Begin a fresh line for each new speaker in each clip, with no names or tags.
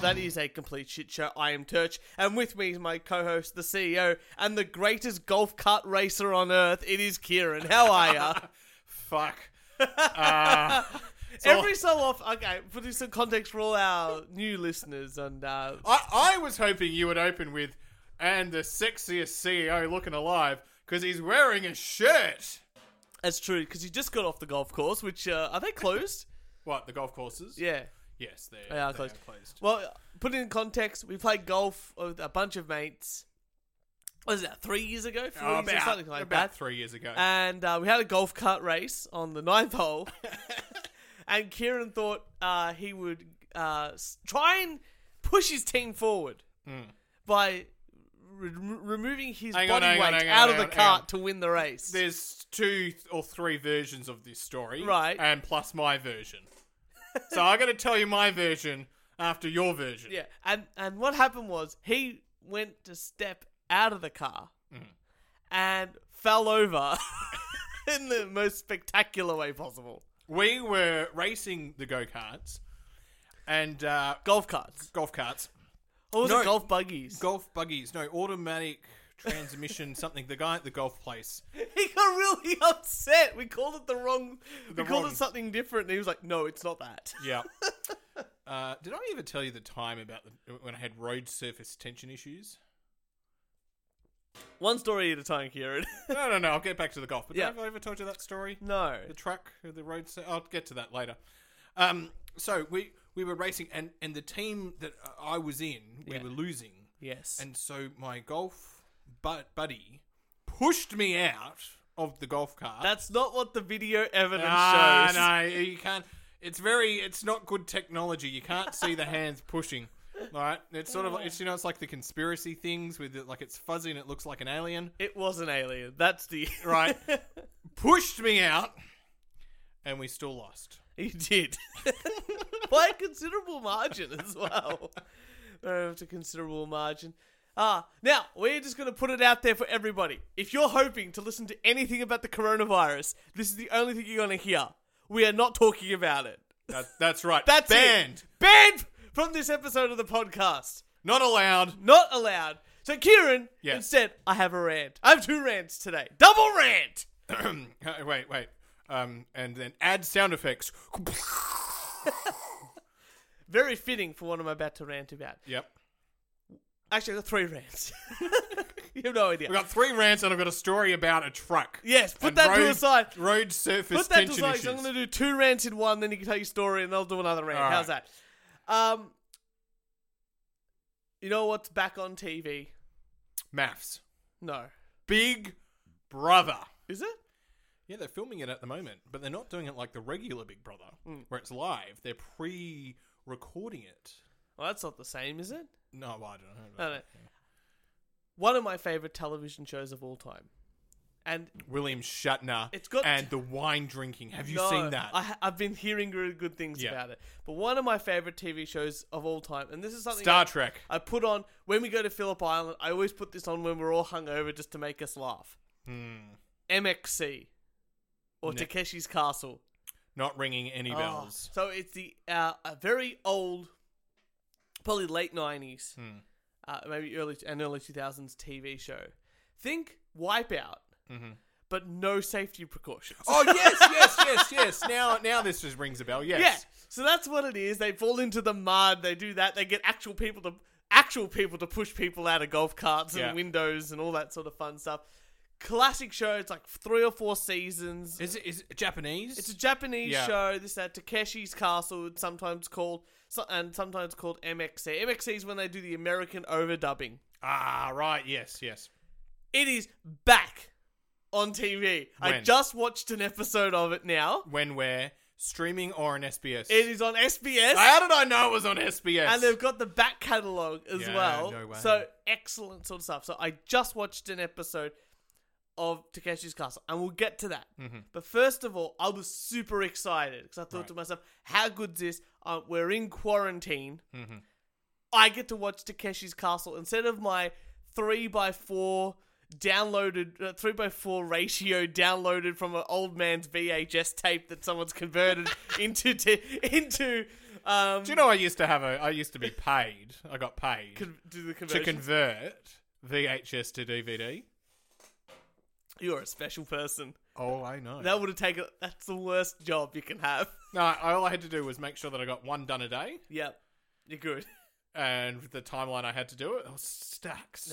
That is a complete shit show. I am Turch, and with me is my co-host, the CEO, and the greatest golf cart racer on earth. It is Kieran. How are ya?
Fuck. Uh, it's all-
Every so often, okay, putting some context for all our new listeners, and uh,
I, I was hoping you would open with, and the sexiest CEO looking alive because he's wearing a shirt.
that's true because you just got off the golf course. Which uh, are they closed?
What the golf courses?
yeah.
Yes, they,
They are
they
closed. Well, put it in context, we played golf with a bunch of mates. What is that? Three years ago, four
Oh,
years ago,
about
something like
about
that.
three years ago.
And uh, we had a golf cart race on the ninth hole. and Kieran thought uh, he would uh, s- try and push his team forward by re- removing his
Hmm. Hang on,
body
hang on,
weight
hang on,
out of
hang
the
on, hang on.
cart to win the race.
There's two or three versions of this story,
Right.
And plus my version. so I'm going to tell you my version after your version.
Yeah, and and what happened was he went to step out of the car
Mm.
and fell over in the most spectacular way possible.
We were racing the go karts and uh,
Golf carts,
golf carts.
or was
No.
it golf buggies?
golf buggies. No, automatic transmission. something. The guy at the golf place.
he got really upset. We called it the wrong. we
The
called
wrong-
it something different, and he was like, "No, it's not that."
Yeah. Uh, did I ever tell you the time about the, when I had road surface tension issues?
One story at a time, Kieran.
No, no, no. I'll get back to the golf. But
Yeah.
have I ever told you that story?
no,
The truck, the road. Sur- I'll get to that later. Um, so we we were racing, and and the team that I was in, we
Yeah.
were losing,
yes,
and so my golf bu- buddy pushed me out of the golf cart.
that's not what the video evidence
Ah,
shows.
no, you can't. It's very. It's not good technology. You can't see the hands pushing. Right? It's sort of. like- It's you know. It's like the conspiracy things with it, like it's fuzzy and it looks like an alien.
It was an alien. That's the
Right? Pushed me out, and we still lost.
He did. By a considerable margin as well. Uh, It's a considerable margin. Ah, now, we're just going to put it out there for everybody. If you're hoping to listen to anything about the coronavirus, this is the only thing you're going to hear. We are not talking about it.
That, that's right.
That's it.
banned.
Banned from this episode of the podcast.
Not allowed.
Not allowed. So, Kieran,
Yes.
instead, I have a rant. I have two rants today. Double rant!
Uh, wait, wait. Um, and then add sound effects.
Very fitting for what I'm about to rant about.
Yep.
Actually, I've got three rants. you have no idea.
I've got three rants and I've got a story about a truck.
Yes, put
And
that to
road-
the side.
Road surface
Put that to
tension
aside. 'cause
issues.
I'm going to do two rants in one, then you can tell your story, and I'll do another rant.
All
How's that? Um, you know what's back on TV?
Maths.
No,
Big Brother.
is it?
Yeah, they're filming it at the moment, but they're not doing it like the regular Big Brother,
Hmm.
where it's live. They're pre-recording it.
Well, that's not the same, is it?
No, well, I don't know.
I don't know. One of my favorite television shows of all time, and
William Shatner
It's got-
and the wine drinking. Have you
No,
seen that?
I, ha- I've been hearing really good things
Yeah.
about it. But one of my favorite TV shows of all time, and this is something
Star Trek.
I put on when we go to Phillip Island. I always put this on when we're all hungover just to make us laugh. MXC or
Ne-
Takeshi's Castle.
Not ringing any bells.
Oh, so it's the uh, a very old, probably late nineties, uh, maybe early and early two thousands TV show. Think Wipeout, but no safety precautions.
Oh yes, yes, yes, yes. Now, now this just rings a bell.
Yeah.
Yes.
So that's what it is. They fall into the mud. They do that. They get actual people to actual people to push people out of golf carts and
Yeah.
windows and all that sort of fun stuff. Classic show. It's like three or four seasons.
Is it is it Japanese?
It's a Japanese
Yeah.
show. This that Takeshi's Castle. It's sometimes called so- and sometimes called MXC. MXC is when they do the American overdubbing.
ah right. Yes, yes.
It is back on TV. I
When?
just watched an episode of it now.
When we're streaming or on SBS.
It is on SBS.
How did I know it was on SBS?
And they've got the back catalogue as
Yeah,
well.
no way.
So excellent sort of stuff. So I just watched an episode of Takeshi's Castle, and we'll get to that. But first of all, I was super excited because I thought
Mm-hmm. Right.
to myself, "How good's this? Uh, we're in quarantine.
Mm-hmm.
I get to watch Takeshi's Castle instead of my three by four downloaded uh, three by four ratio downloaded from an old man's VHS tape that someone's converted into t- into Um,
Do you know I used to have a? I used to be paid. I got paid
con- do the
to
conversion?
convert VHS to DVD.
You're a special person.
Oh, I know.
That would have taken. That's the worst job you can have.
no, all I had to do was make sure that I got one done a day,
Yep, you're good.
and with the timeline I had to do it, it was stacks.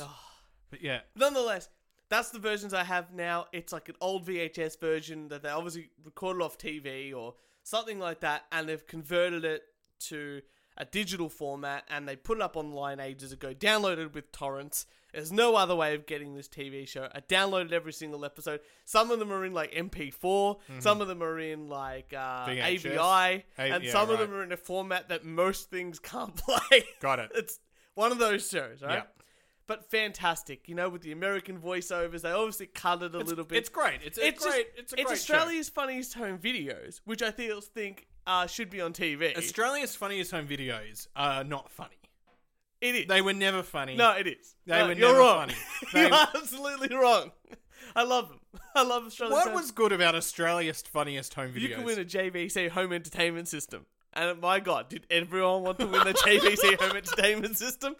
But yeah,
Nonetheless, that's the versions I have now. It's like an old VHS version that they obviously recorded off TV or something like that, and they've converted it to a digital format and they put it up online ages ago, downloaded with torrents. There's no other way of getting this TV show. I downloaded every single episode. Some of them are in like MP4,
Mm-hmm.
some of them are in like uh,
VHS.
AVI,
A-
and
yeah,
some of them
right.
are in a format that most things can't play.
got it.
it's one of those shows, right?
Yeah.
but fantastic. You know, with the American voiceovers, they obviously cut it a little bit.
It's great. It's, it's,
just-
great. it's a great
Australia's funniest home videos, which I feel think uh, should be on TV.
show. Australia's funniest home videos are not funny.
it is.
They were never funny.
no, it is.
They
No,
were
you're
never
wrong.
funny.
you're
They-
absolutely wrong. I love them. I love Australia's.
What
home-
was good about Australia's funniest home videos?
you can win a JVC home entertainment system, and my God, did everyone want to win the JVC home entertainment system?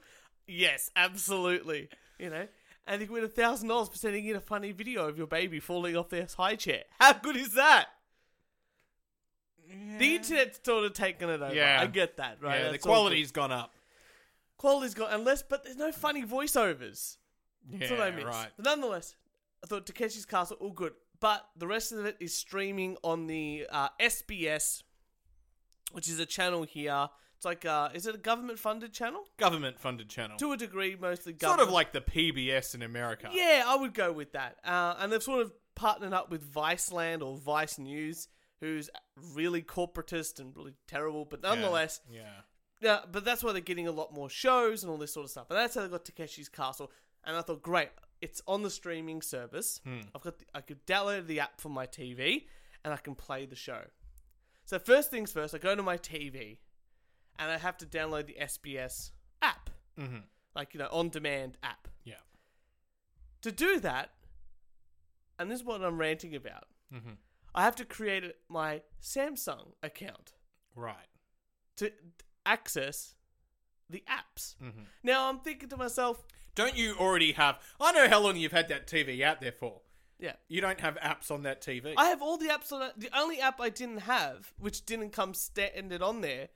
Yes, absolutely. You know. And you can win a thousand dollars for sending in a funny video of your baby falling off their high chair. How good is that? The internet's sort of taken it over.
Yeah.
I get that, right?
yeah, the
That's all
quality's gone up.
good. quality's got unless, but there's no funny voiceovers.
Yeah,
That's what I miss.
right.
But nonetheless, I thought Takeshi's Castle all good, but the rest of it is streaming on the uh, SBS, which is a channel here. It's like, uh, is it a government-funded channel?
Government-funded channel.
To a degree, mostly
sort
government.
of like the PBS in America.
Yeah, I would go with that. Uh, and they've sort of partnered up with Viceland or Vice News, who's really corporatist and really terrible, but
Yeah,
nonetheless,
Yeah.
Yeah, but that's why they're getting a lot more shows and all this sort of stuff. And that's how they got Takeshi's Castle. And I thought, great, it's on the streaming service. I've got, the, I could download the app from my TV, and I can play the show. So first things first, I go to my TV, and I have to download the SBS app,
hmm
like you know, on demand app.
Yeah.
To do that, and this is what I'm ranting about,
hmm
I have to create my Samsung account
Right.
to access the apps.
hmm
Now I'm thinking to myself,
Don't you already have? I know how long you've had that TV out there for.
yeah,
You don't have apps on that TV.
I have all the apps on. it. The only app I didn't have, which didn't come standard on there,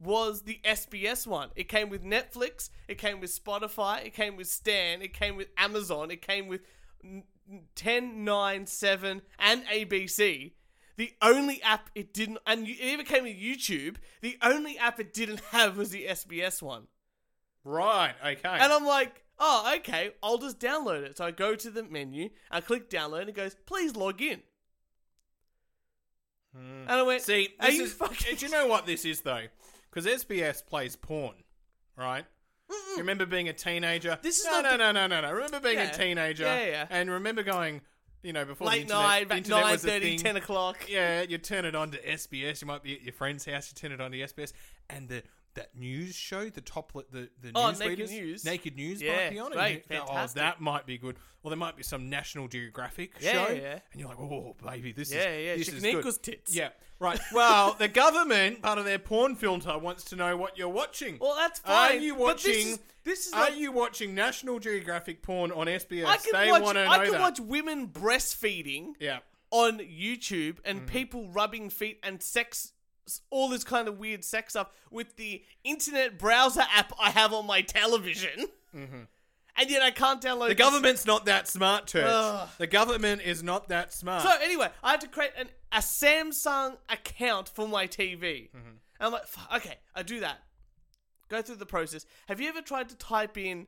was the SBS one. It came with Netflix, it came with Spotify, it came with Stan, it came with Amazon, it came with n- n- 10, 9, 7, and ABC. The only app it didn't, and you- it even came with YouTube. The only app it didn't have was the SBS one.
right. Okay.
And I'm like, oh, okay, I'll just download it. So I go to the menu, I click download, and it goes, please log in. And I went,
See,
are
this
you
is,
fucking.
Do you know what this is though? Because SBS plays porn, right? You remember being a teenager?
This is
no,
not
no,
the-
no, no, no, no. Remember being
Yeah.
a teenager?
Yeah, yeah, yeah.
And remember going, you know, before
Late
the internet,
night,
the
about
internet
9
was a
30,
thing.
10 o'clock.
Yeah, you turn it on to SBS. You might be at your friend's house. You turn it on to SBS, and the that news show, the top li- the the
Oh,
news
Naked
readers,
News.
naked news,
Yeah,
might be on
great,
it. And you-
fantastic.
Oh, that might be good. Well, there might be some National Geographic
Yeah,
show,
yeah, yeah.
and you're like, oh, baby, this
Yeah,
is
yeah,
this is good.
Shikniko's tits.
Yeah, right. Well, the government, part of their porn filter, wants to know what you're watching.
Well, that's
Are
fine.
you
but this
watching?
is- this is
are
like-
you watching National Geographic porn on SBS?
I can
they
watch.
want to know
I can
that.
watch women breastfeeding
yeah.
on YouTube and people rubbing feet and sex, all this kind of weird sex stuff with the internet browser app I have on my television, Mm-hmm. and yet I can't download
The
this-
government's not that smart, Church.
Ugh.
The government is not that smart.
So anyway, I have to create an, a Samsung account for my TV. And I'm like, "Fuck, okay, I do that. Go through the process. Have you ever tried to type in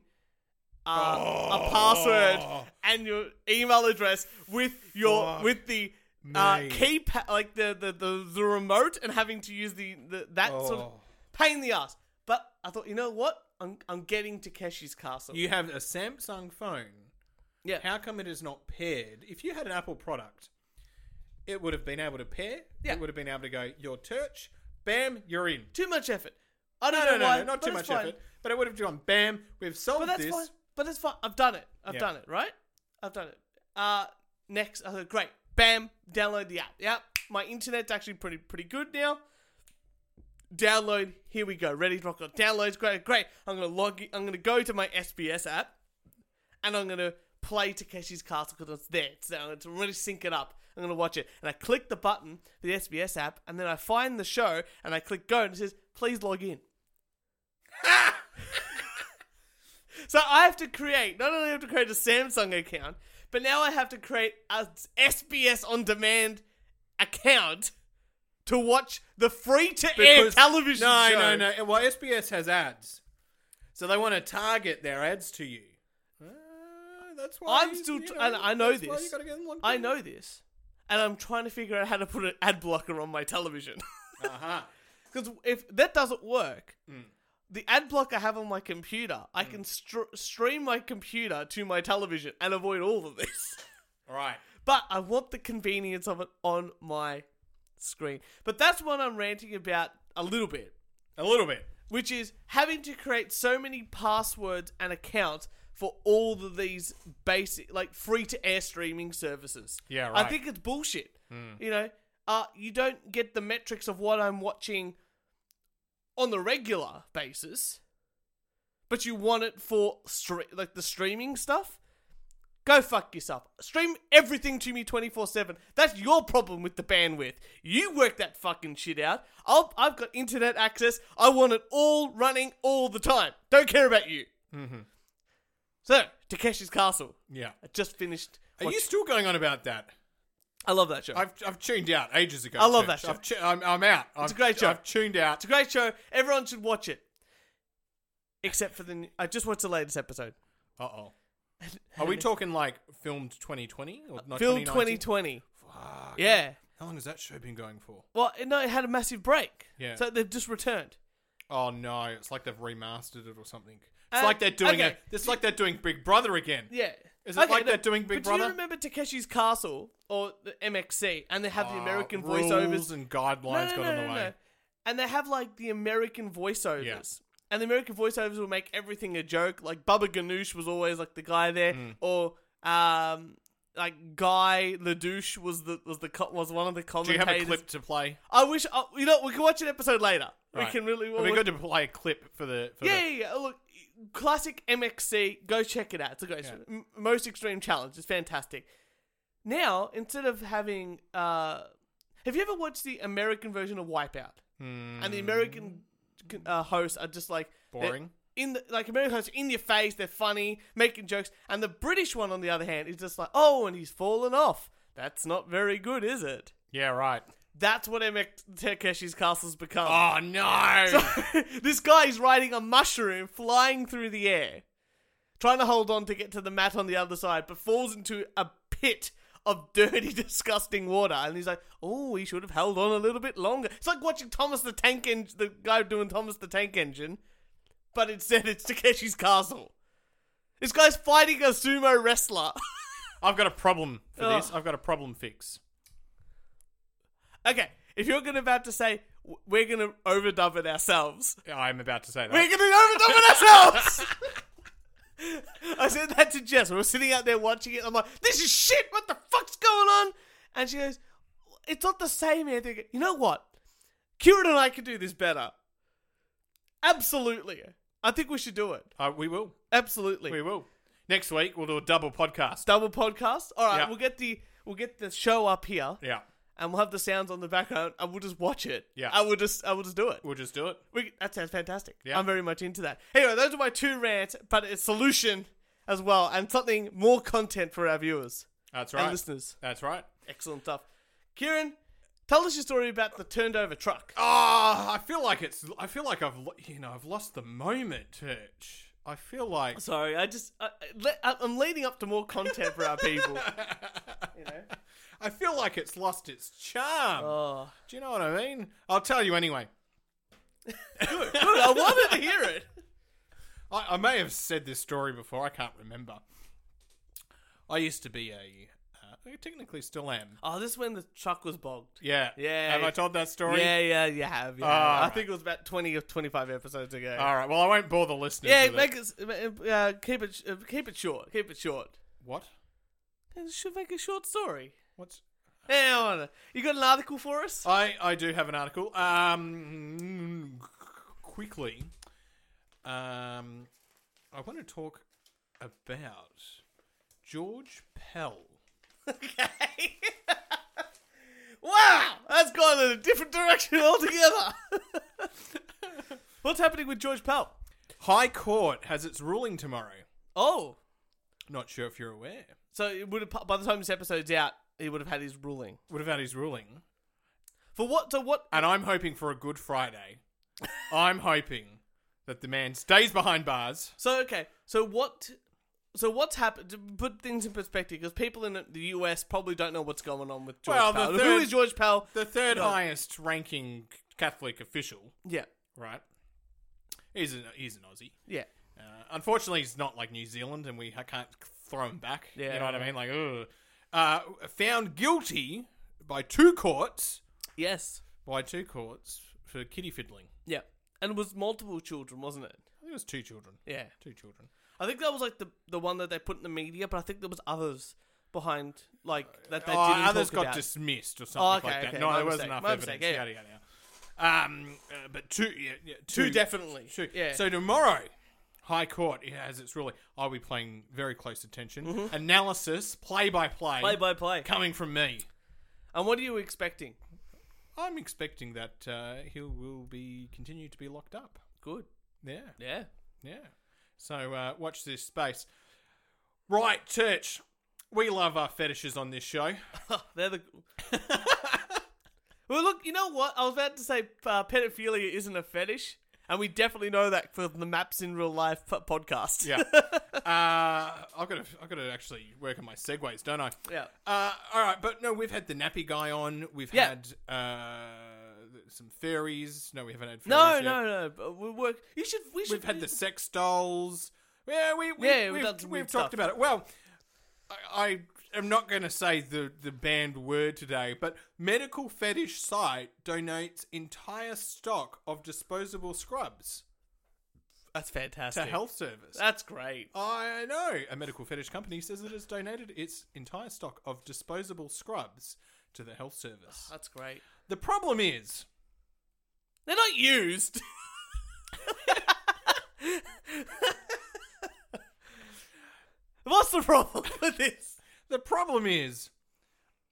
uh,
Oh.
a password and your email address with your
Fuck
with the uh,
me.
keypad, like the, the, the, the remote, and having to use the, the that sort of
Oh.
pain in the ass? But I thought, you know what? I'm I'm getting Takeshi's Castle.
you have a Samsung phone.
yeah,
How come it is not paired? If you had an Apple product, it would have been able to pair.
Yeah.
It would have been able to go, your church, bam, you're in.
too much effort. I don't
No,
know
no, no,
why,
no
but
not too
it's
much
fine.
effort. But it would have gone, bam, we've solved
But that's
this.
fine. But that's fine. I've done it. I've
Yeah.
done it. Right? I've done it. Uh, next, I thought, great. Bam. Download the app. Yep. My internet's actually pretty pretty good now. Download. Here we go. Ready, rock on. Downloads. Great, great. I'm gonna log. I'm gonna go to my SBS app, and I'm gonna play Takeshi's Castle because it's there. So to really sync it up, I'm gonna watch it. And I click the button for the SBS app, and then I find the show, and I click go, and it says please log in. So I have to create, not only have to create a Samsung account, but now I have to create a SBS on demand account to watch the free to air
Because-
television
no,
show.
No, no, no. Well, SBS has ads, so they want to target their ads to you. Uh, that's why
I'm
you-
still
you
tr- and I know
that's why
this.
you gotta get them logged
I
in.
know this. And I'm trying to figure out how to put an ad blocker on my television.
Uh-huh.
Because if that doesn't work, the ad block I have on my computer, I can str- stream my computer to my television and avoid all of this.
All right.
but I want the convenience of it on my screen. But that's what I'm ranting about a little bit,
A little bit.
which is having to create so many passwords and accounts for all of these basic, like free to air streaming services.
Yeah,
I
right. Hmm.
think it's bullshit. You know, uh, you don't get the metrics of what I'm watching on the regular basis, but you want it for stre- like the streaming stuff. Go fuck yourself. Stream everything to me 24 7. That's your problem with the bandwidth. You work that fucking shit out. I'll, I've got internet access. I want it all running all the time. Don't care about you.
Mm-hmm.
So, Takeshi's Castle.
Yeah.
I just finished.
Are
watch-
you still going on about that?
I love that show.
I've, I've tuned out ages ago.
I love
too.
that show.
I've tu- I'm, I'm out.
It's
I've-
a great show.
I've tuned out.
It's a great show. Everyone should watch it. Except for the. n- I just watched the latest episode.
Uh oh. Are we talking like filmed 2020 or not
Film
2019?
2020.
Fuck.
Yeah.
How long has that show been going for?
Well, it- no, it had a massive break.
Yeah.
So they've just returned.
Oh no, it's like they've remastered it or something. It's
Uh,
like they're doing
okay.
it. It's like they're doing Big Brother again.
Yeah.
Is it like they're doing
but
Big
Do
Brother?
you remember Takeshi's Castle or the MXC and they have the
Oh,
American
rules
voiceovers?
and
No,
guidelines
no,
got
no,
in the
no,
way.
no. And they have like the American voiceovers.
Yeah.
And the American voiceovers will make everything a joke. Like Bubba Ganoush was always like the guy there,
Hmm.
or um, like Guy Ledouche was the was the co- was one of the
Do you
commentators.
have a clip to play?
I wish uh, you know we can watch an episode later. We
Right.
can really.
It'd be good to play a clip for the. For
yeah, yeah, yeah. Look, classic MXC. Go check it out. It's a great
Yeah.
m- most extreme challenge. It's fantastic. Now instead of having, uh, have you ever watched the American version of Wipeout?
The, Hmm,
And the American uh, hosts are just like they're
Mm. boring.
in the like American hosts are in your face. They're funny, making jokes. And the British one, on the other hand, is just like, oh, and he's fallen off. That's not very good, is it?
Yeah, right.
That's what MX Takeshi's castle's become.
Oh no!
So this guy's riding a mushroom flying through the air, trying to hold on to get to the mat on the other side, but falls into a pit of dirty, disgusting water. And he's like, "Oh, he should have held on a little bit longer." It's like watching Thomas the Tank Engine, the guy doing Thomas the Tank Engine, but instead it's Takeshi's Castle. This guy's fighting a sumo wrestler.
I've got a problem for
Ugh.
this. I've got a problem fix.
okay, if you're gonna about to say "W- we're gonna overdub it ourselves,
I'm about to say that.
We're gonna overdub it ourselves. I said that to Jess. We were sitting out there watching it. I'm like, this is shit. What the fuck's going on? And she goes, it's not the same. And I think, you know what? Kieran and I could do this better. Absolutely. I think we should do it.
Uh, we will.
Absolutely.
We will. Next week we'll do a double podcast.
Double podcast. All right,
Yeah.
we'll get the we'll get the show up here,
Yeah,
and we'll have the sounds on the background, and we'll just watch it.
Yeah.
I will just I will just do it.
we'll just do it.
We, that sounds fantastic.
Yeah.
I'm very much into that. Anyway, those are my two rants, but it's solution as well, and something more content for our viewers
That's
and
right.
listeners.
That's right.
Excellent stuff. Kieran, tell us your story about the turned over truck.
Ah, I feel like it's. I feel like I've. lo- You know, I've lost the moment, Church. I feel like.
Sorry, I just I, I- le- I- I'm leading up to more content for our people. you know.
I feel like it's lost its charm.
Oh,
Do you know what I mean? I'll tell you anyway.
good, good. I wanted to hear it.
I, I may have said this story before. I can't remember. I used to be a. Uh, I technically still am.
Oh, this is when the truck was bogged.
Yeah.
Yeah.
Have I told that story?
Yeah, yeah, you have. Yeah,
Oh,
I
alright.
think it was about 20 or 25 episodes ago.
All right. Well, Ah, I won't bore the listeners.
yeah,
with it.
make it, s- uh, keep it, sh- uh, keep it short. Keep it short.
What?
It should make a short story.
What's?
Hang on. You got an article for us?
I, I do have an article. Um, quickly, um, I want to talk about George Pell.
Okay. wow, that's gone in a different direction altogether. What's happening with George Powell?
High Court has its ruling tomorrow.
Oh,
Not sure if you're aware.
so it would have, by the time this episode's out, he would have had his ruling.
What about his ruling?
For what? So what?
And I'm hoping for a Good Friday. I'm hoping that the man stays behind bars.
So okay. So what? So what's happened? To put things in perspective, because people in the U.S. probably don't know what's going on with George
Well, the
Powell. Who
third-
is George Powell?
The third
No.
highest ranking Catholic official,
Yeah,
right? He's an, he's an Aussie.
yeah.
Uh, unfortunately, he's not like New Zealand, and we ha- can't throw him back.
Yeah.
You know what I mean? Like, ugh. Uh, found guilty by two courts,
Yes,
by two courts for kitty fiddling.
yeah. And it was multiple children, wasn't it?
I think it was two children.
Yeah.
Two children.
I think that was like the the one that they put in the media, but I think there was others behind like that they
Oh,
didn't
others
talk
got
about.
dismissed or
Oh,
something
okay,
like that.
okay,
No,
my
there wasn't
mistake,
enough
my
evidence.
mistake, yeah.
Yada yada yada. Um, uh, but two, yeah, yeah, two,
Two definitely.
two.
Yeah.
So tomorrow, High Court has its ruling. I'll be playing very close attention, analysis, play by play,
Mm-hmm. play by play.
coming from me.
And what are you expecting?
I'm expecting that uh, he will be continue to be locked up.
Good.
Yeah,
Yeah.
yeah. So uh, watch this space. Right, church. We love our fetishes on this show.
They're the. well, look. You know what? I was about to say uh, pedophilia isn't a fetish, and we definitely know that from the Maps in Real Life po- podcast.
Yeah. uh, I've got to, I've got to actually work on my segues, don't I?
Yeah.
Uh, all right, but no, we've had the nappy guy on. We've
Yeah.
had uh, some fairies. No, we haven't had fairies
No, no,
yet.
no. But we work. You should. We should.
We've had the sex dolls. Yeah, we, we,
Yeah, we've
we've,
done
we've,
some weird
talked
stuff.
about it. Well, I, I am not going to say the, the banned word today, but medical fetish site donates entire stock of disposable scrubs
That's
to
fantastic.
health service.
That's great.
Oh. I know. A medical fetish company says it has donated its entire stock of disposable scrubs to the health service.
That's great.
The problem is,
They're not used. What's the problem with this?
the problem is,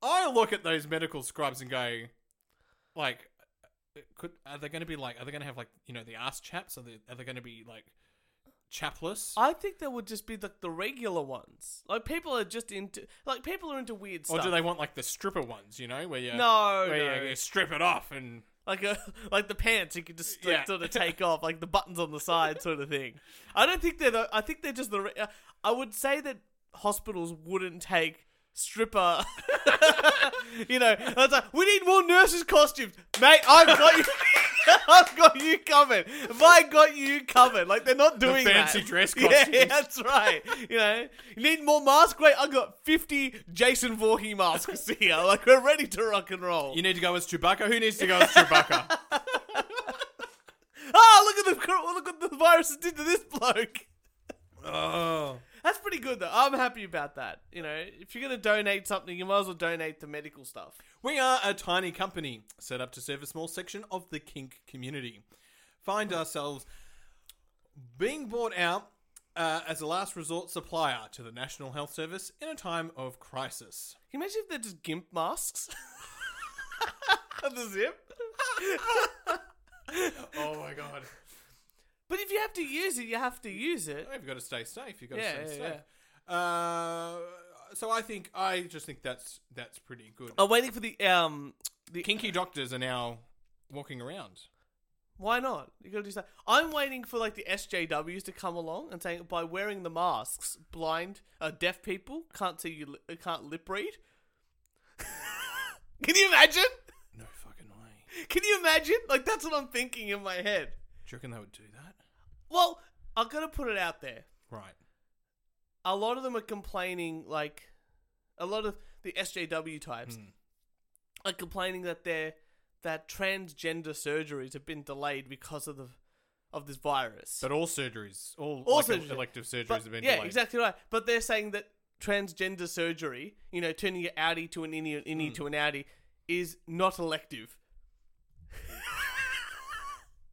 I look at those medical scrubs and go, like, could are they going to be like? Are they going to have like you know the ass chaps? Are they are they going to be like chapless?
I think there would just be the, the regular ones. Like people are just into like people are into weird
Or
stuff.
do they want like the stripper ones? You know where you
No,
where you-
no.
you strip it off and
like a, like the pants you could just like,
Yeah.
sort of take off, like the buttons on the side sort of thing. I don't think they're. The, I think they're just the. re- uh, I would say that hospitals wouldn't take stripper. you know, it's like we need more nurses' costumes, mate. I've got you. I've got you covered. Have I got you covered? Like they're not doing
fancy
that.
dress
Yeah,
costumes.
yeah, that's right. You know, you need more masks. Great, I've got fifty Jason Voorhees masks here. Like we're ready to rock and roll.
you need to go as Chewbacca. Who needs to go as Chewbacca?
Ah, look at the cor- look what the virus did to this bloke.
oh.
That's pretty good though. I'm happy about that. You know, if you're gonna donate something, you might as well donate to medical stuff.
We are a tiny company set up to serve a small section of the kink community. Find ourselves being bought out uh, as a last resort supplier to the National Health Service in a time of crisis.
Can you imagine if they're just gimp masks? the zip.
Oh my god.
But if you have to use it, you have to use it.
You've got to stay safe. You've got
Yeah,
to stay
yeah,
safe. Uh, so I think I just think that's that's pretty good.
I'm waiting for the um the
Kinky doctors are now walking around.
Why not? You gotta do something. I'm waiting for like the SJWs to come along and saying by wearing the masks, blind, uh, deaf people can't see you, li- can't lip read. Can you imagine?
No fucking way. Do
Can you imagine? Like that's what I'm thinking in my head.
you reckon they would do that?
Well, I'm gonna put it out there.
Right.
A lot of them are complaining, like a lot of the SJW types
Hmm.
are complaining that their that transgender surgeries have been delayed because of the of this virus.
But all surgeries, all,
All
like,
surgeries.
elective surgeries
But-
have been
yeah,
delayed.
exactly right. But they're saying that transgender surgery, you know, turning your Audi to an innie, an
Hmm.
innie to an Audi, is not elective.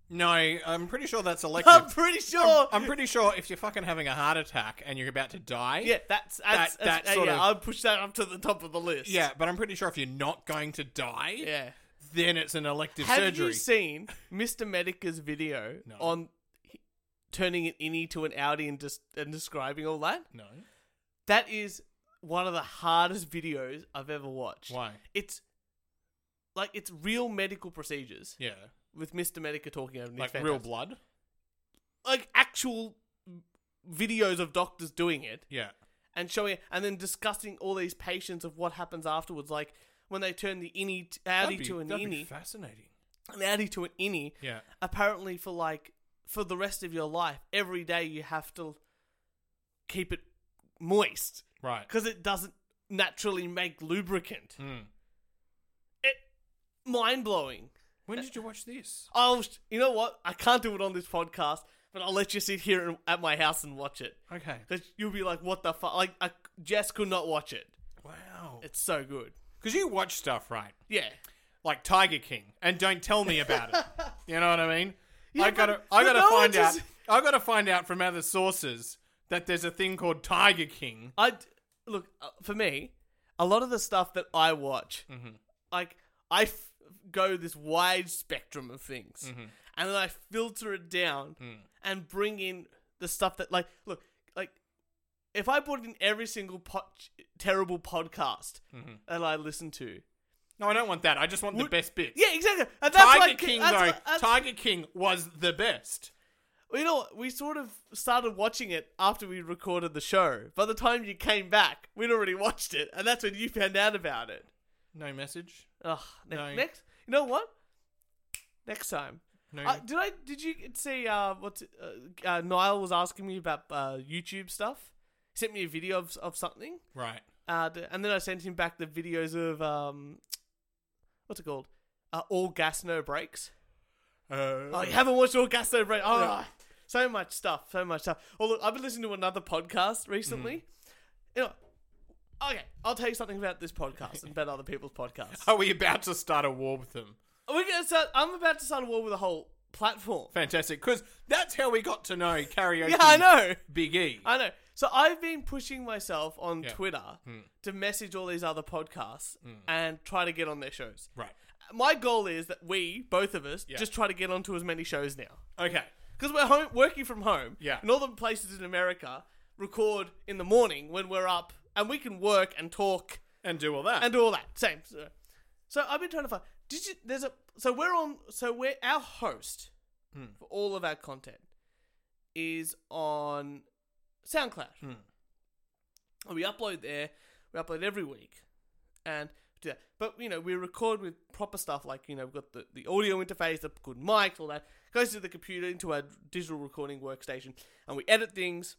No, I'm pretty sure that's
I'm
elective.
pretty sure.
I'm pretty sure if you're fucking having a heart attack and you're about to die.
yeah, that's that's,
That-
that's-
that
uh,
sort
yeah.
of-
I'll push that up to the top of the list.
Yeah, but I'm pretty sure if you're not going to die,
yeah.
then it's an elective
Have
surgery.
you seen Mr. Medica's video
No.
on h- turning an innie to an Audi and just and describing all that?
no.
That is one of the hardest videos I've ever watched.
Why?
It's like it's real medical procedures
Yeah.
with Mr. Medica talking over.
Like real blood?
like actual videos of doctors doing it
Yeah.
and showing it, and then discussing all these patients of what happens afterwards, like when they turn the innie t- Audi
That'd be-
to an
that'd be
innie,
fascinating.
an Audi to an innie.
Yeah.
Apparently, for like for the rest of your life, every day you have to keep it moist
Right.
because it doesn't naturally make lubricant.
Hmm.
It mind blowing.
When did you watch this?
I'll you know what I can't do it on this podcast, but I'll let you sit here and- at my house and watch it.
Okay.
Because you'll be like, what the fuck? Like, I, Jess could not watch it.
Wow.
It's so good.
Because you watch stuff, right?
Yeah.
Like Tiger King, and don't tell me about it. You know what I mean?
Yeah,
I gotta,
but-
I
but
gotta
no one
find out.
just-
I gotta find out from other sources that there's a thing called Tiger King.
I look uh, for me. A lot of the stuff that I watch,
Mm-hmm.
like I f- go this wide spectrum of things,
Mm-hmm.
and then I filter it down
Mm.
and bring in the stuff that, like, look, like if I brought in every single po- terrible podcast
Mm-hmm.
that I listen to,
No, I don't want that. I just want the best bits.
yeah, exactly. And that's
Tiger
what I ca-
King,
that's
though.
what- that's-
Tiger King was the best.
Well, you know, what? we sort of started watching it after we recorded the show. By the time you came back, we'd already watched it, and that's when you found out about it.
No message.
Ugh, ne-
No.
next, you know what? Next time,
No.
uh, did I? Did you see? Uh, what's it- uh, uh, Niall was asking me about uh, YouTube stuff. He sent me a video of of something,
right.
uh, d- and then I sent him back the videos of um, what's it called? Uh, all gas, no brakes.
Uh,
Oh, you haven't watched all gas break. Oh,
No.
so much stuff, so much stuff. Oh, look, I've been listening to another podcast recently. You know, okay, I'll tell you something about this podcast and about other people's podcasts.
Are we about to start a war with them?
We're gonna start, I'm about to start a war with a whole platform.
Fantastic, because that's how we got to know karaoke.
Yeah, I know.
Big E.
I know. So I've been pushing myself on
Yeah. Hmm.
Twitter to message all these other podcasts and try to get on their shows.
right.
My goal is that we, both of us,
Yeah.
just try to get onto as many shows now.
Okay.
because we're home, working from home.
Yeah.
And all the places in America record in the morning when we're up, and we can work and talk
And do all that.
and do all that. Same. So, so I've been trying to find. Did you? There's a. So we're on. So we're our host for all of our content is on SoundCloud. And we upload there. We upload every week, and do that. But you know, we record with proper stuff like you know we've got the, the audio interface, the good mics, all that goes to the computer into our digital recording workstation, and we edit things.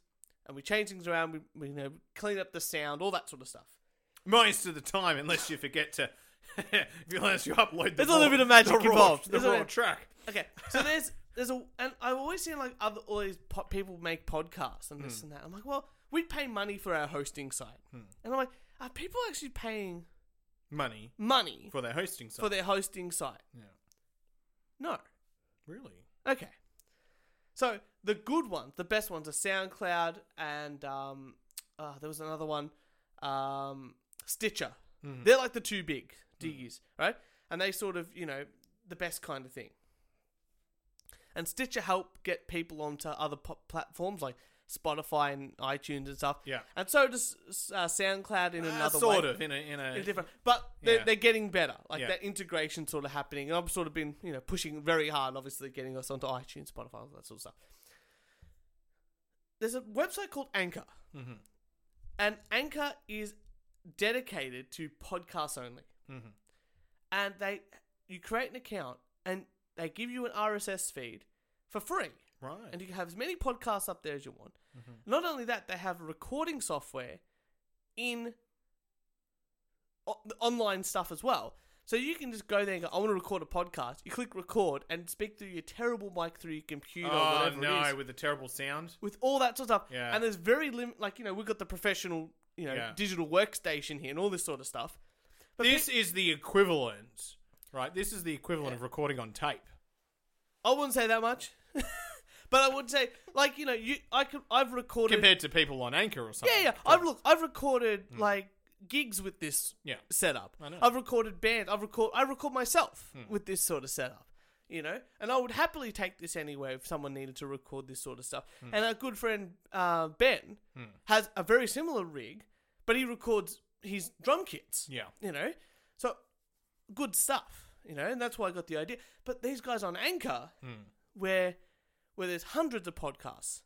And we change things around. We, we you know clean up the sound, all that sort of stuff.
most of the time, unless you forget to, unless you upload the
There's a little
raw-
bit of magic
the raw-
involved.
the
There's a
raw
bit-
track.
Okay, so there's there's a and I've always seen like other all these po- people make podcasts and
Hmm.
this and that. I'm like, well, we pay money for our hosting site, and I'm like, are people actually paying
Money
money
for their hosting site.
for their hosting site?
yeah.
No.
Really?
Okay. So the good ones, the best ones, are SoundCloud and um, uh, there was another one, um, Stitcher.
Mm-hmm.
They're like the two big
Mm.
diggies, right? And they sort of, you know, the best kind of thing. And Stitcher help get people onto other po- platforms like Spotify and iTunes and stuff.
Yeah.
And so does uh, SoundCloud in
Uh,
another
sort
way
of in a in a,
in a different. But they're,
Yeah.
they're getting better. Like
Yeah.
that integration sort of happening. And I've sort of been, you know, pushing very hard, obviously, getting us onto iTunes, Spotify, all that sort of stuff. There's a website called Anchor.
Mhm.
And Anchor is dedicated to podcasts only.
Mhm.
And they, you create an account and they give you an RSS feed for free.
right.
And you can have as many podcasts up there as you want.
Mm-hmm.
Not only that, they have recording software in o- the online stuff as well. So you can just go there and go, I want to record a podcast. You click record and speak through your terrible mic through your computer or
oh
whatever it
no,
is.
with the terrible sound.
With all that sort of stuff.
Yeah.
And there's very lim like, you know, we've got the professional you know,
Yeah.
digital workstation here and all this sort of stuff. But
This is the equivalent, right? This is the equivalent of recording on tape.
I wouldn't say that much. but I would say, like, you know, you I could I've recorded
Compared to people on Anchor or something.
Yeah, yeah. I've look, I've recorded like gigs with this
Yeah.
setup.
Hmm. I know. Hmm.
I've recorded bands. I've record I record myself with this sort of setup. You know, and I would happily take this anywhere if someone needed to record this sort of stuff.
Hmm.
And our good friend uh, Ben has a very similar rig, but he records his drum kits.
Yeah.
You know, so good stuff. You know, and that's why I got the idea. But these guys on Anchor, where where there's hundreds of podcasts,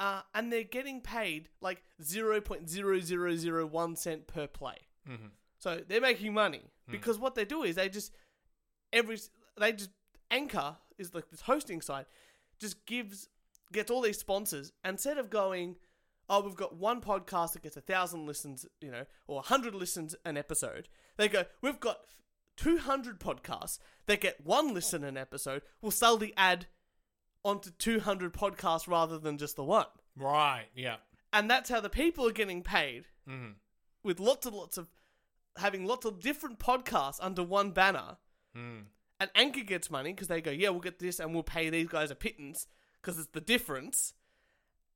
uh, and they're getting paid like 0.0001 cent per play.
Mhm.
So they're making money because what they do is they just every they just anchor is like this hosting site just gives gets all these sponsors and instead of going oh we've got one podcast that gets a thousand listens you know or a hundred listens an episode they go we've got 200 podcasts that get one listen an episode we'll sell the ad onto 200 podcasts rather than just the one
Right. Yeah.
and that's how the people are getting paid
Mhm.
with lots and lots of having lots of different podcasts under one banner
Mm.
and anchor gets money because they go yeah we'll get this and we'll pay these guys a pittance because it's the difference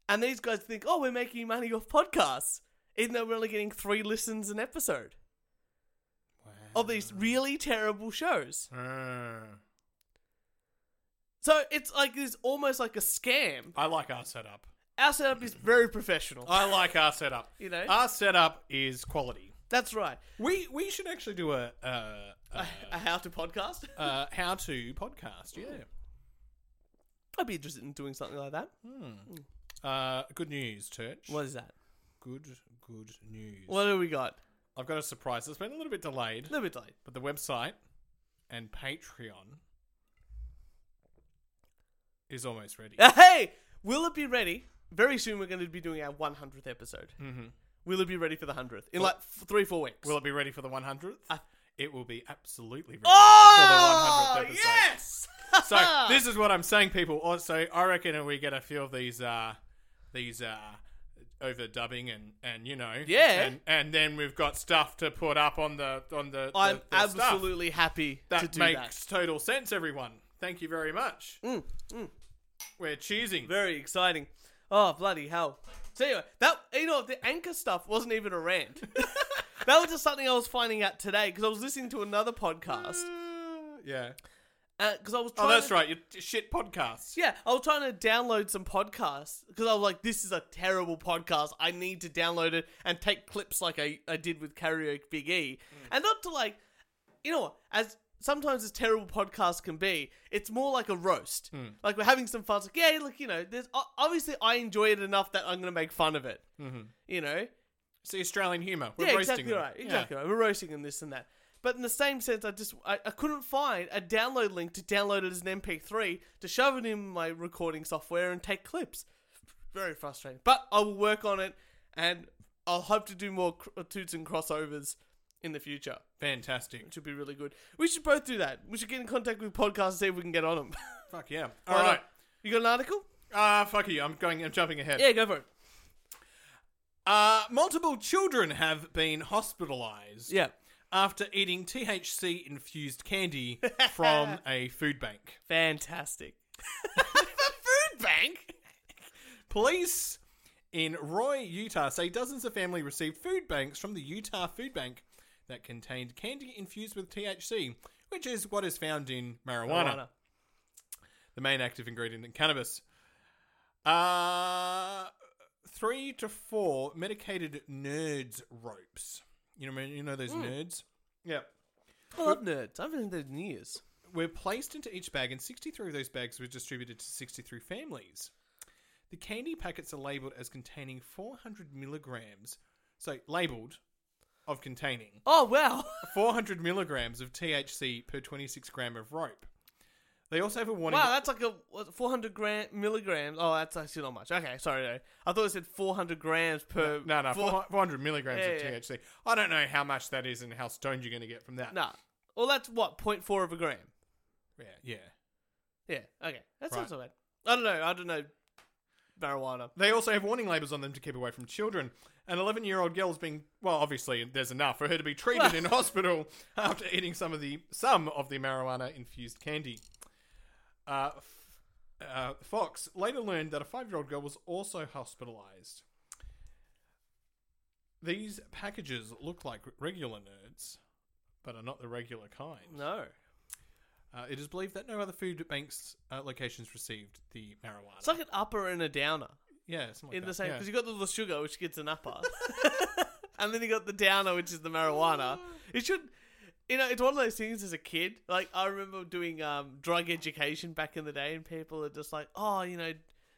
and these guys think oh we're making money off podcasts even though we're only getting three listens an episode of these really terrible shows
Mm.
so it's like it's almost like a scam
I like our setup.
our setup is very professional
I like our setup.
You know?
our setup is quality.
that's right
We we should actually do a uh,
a,
uh,
a how to podcast
uh, how to podcast. Yeah.
i'd be interested in doing something like that
Uh, good news, Church.
what is that
Good good news.
what do we got
I've got a surprise. It's been a little bit delayed,
a little bit delayed
but the website and Patreon is almost ready.
Uh, hey, will it be ready? Very soon we're going to be doing our 100th episode. Mm-hmm. Will it be ready for the 100th? In like f- three, four weeks.
Will it be ready for the 100th?
Uh,
it will be absolutely ready
oh,
for the 100th episode.
yes!
So this is what I'm saying, people. Also, I reckon we get a few of these, uh, these uh, overdubbing and and you know,
Yeah.
and, and then we've got stuff to put up on the on the. the-
I'm
the stuff.
absolutely happy
that
to do
makes total sense. Everyone, thank you very much.
Mm,
We're cheesing.
that. Very exciting. Oh, bloody hell. So anyway, that, you know, the anchor stuff wasn't even a rant. that was just something I was finding out today because I was listening to another podcast.
yeah.
Because I was trying
Oh, that's
to-
right. You shit podcasts.
Yeah, I was trying to download some podcasts because I was like, this is a terrible podcast. I need to download it and take clips like I, I did with Karaoke Big E. And not to like, you know, what, as sometimes as terrible podcasts can be, it's more like a roast. Like we're having some fun. It's like, yeah, look, you know, there's o- obviously I enjoy it enough that I'm going to make fun of it. Mm-hmm. You know?
It's the Australian humour. We're
yeah,
roasting
exactly
them.
right.
Yeah.
Exactly right. We're roasting and this and that. But in the same sense, I just I, I couldn't find a download link to download it as an MP3 to shove it in my recording software and take clips. Very frustrating. But I will work on it, and I'll hope to do more cr- toots and crossovers in the future,
Fantastic.
which would be really good. We should both do that. We should get in contact with podcasts and see if we can get on them.
Fuck yeah. All right.
You got an article?
Ah, fuck you. I'm going. I'm jumping ahead.
Yeah, go for it.
Uh, multiple children have been hospitalised
Yeah.
after eating THC infused candy from a food bank.
Fantastic. food bank?
Police in Roy, Utah say dozens of families received food banks from the Utah Food Bank that contained candy infused with THC, which is what is found in marijuana, the main active ingredient in cannabis. Uh, three to four medicated nerds ropes. You know, you know those nerds? Yeah.
I love nerds. I've been in those in years.
were placed into each bag, and 63 of those bags were distributed to 63 families. The candy packets are labeled as containing 400 milligrams, so labeled of containing
Oh, wow.
400 milligrams of THC per 26 gram of rope. They also have a warning.
Wow, that's like a what, 400 gram milligrams. Oh, that's actually not much. Okay, sorry. No. I thought it said 400 grams per.
no, no,
four-
400 milligrams
Yeah,
of
yeah.
THC. I don't know how much that is and how stoned you're going to get from that.
Nah. Well, that's what 0.4 of a gram.
Yeah, yeah.
Yeah. Okay, that sounds
Right.
all right. I don't know. I don't know. marijuana.
They also have warning labels on them to keep away from children. An 11 year old girl is being, well, obviously there's enough for her to be treated in hospital after eating some of the some of the marijuana infused candy. Uh, f- uh, Fox later learned that a five year old girl was also hospitalized. These packages look like regular nerds, but are not the regular kind.
No.
Uh, it is believed that no other food banks uh, locations received the marijuana.
It's like an upper and a downer
yeah, something like
in the
that.
same
Yeah.
because you got the, the sugar which gets an upper, and then you got the downer which is the marijuana. It should, you know, it's one of those things as a kid. Like I remember doing um, drug education back in the day, and people are just like, oh, you know,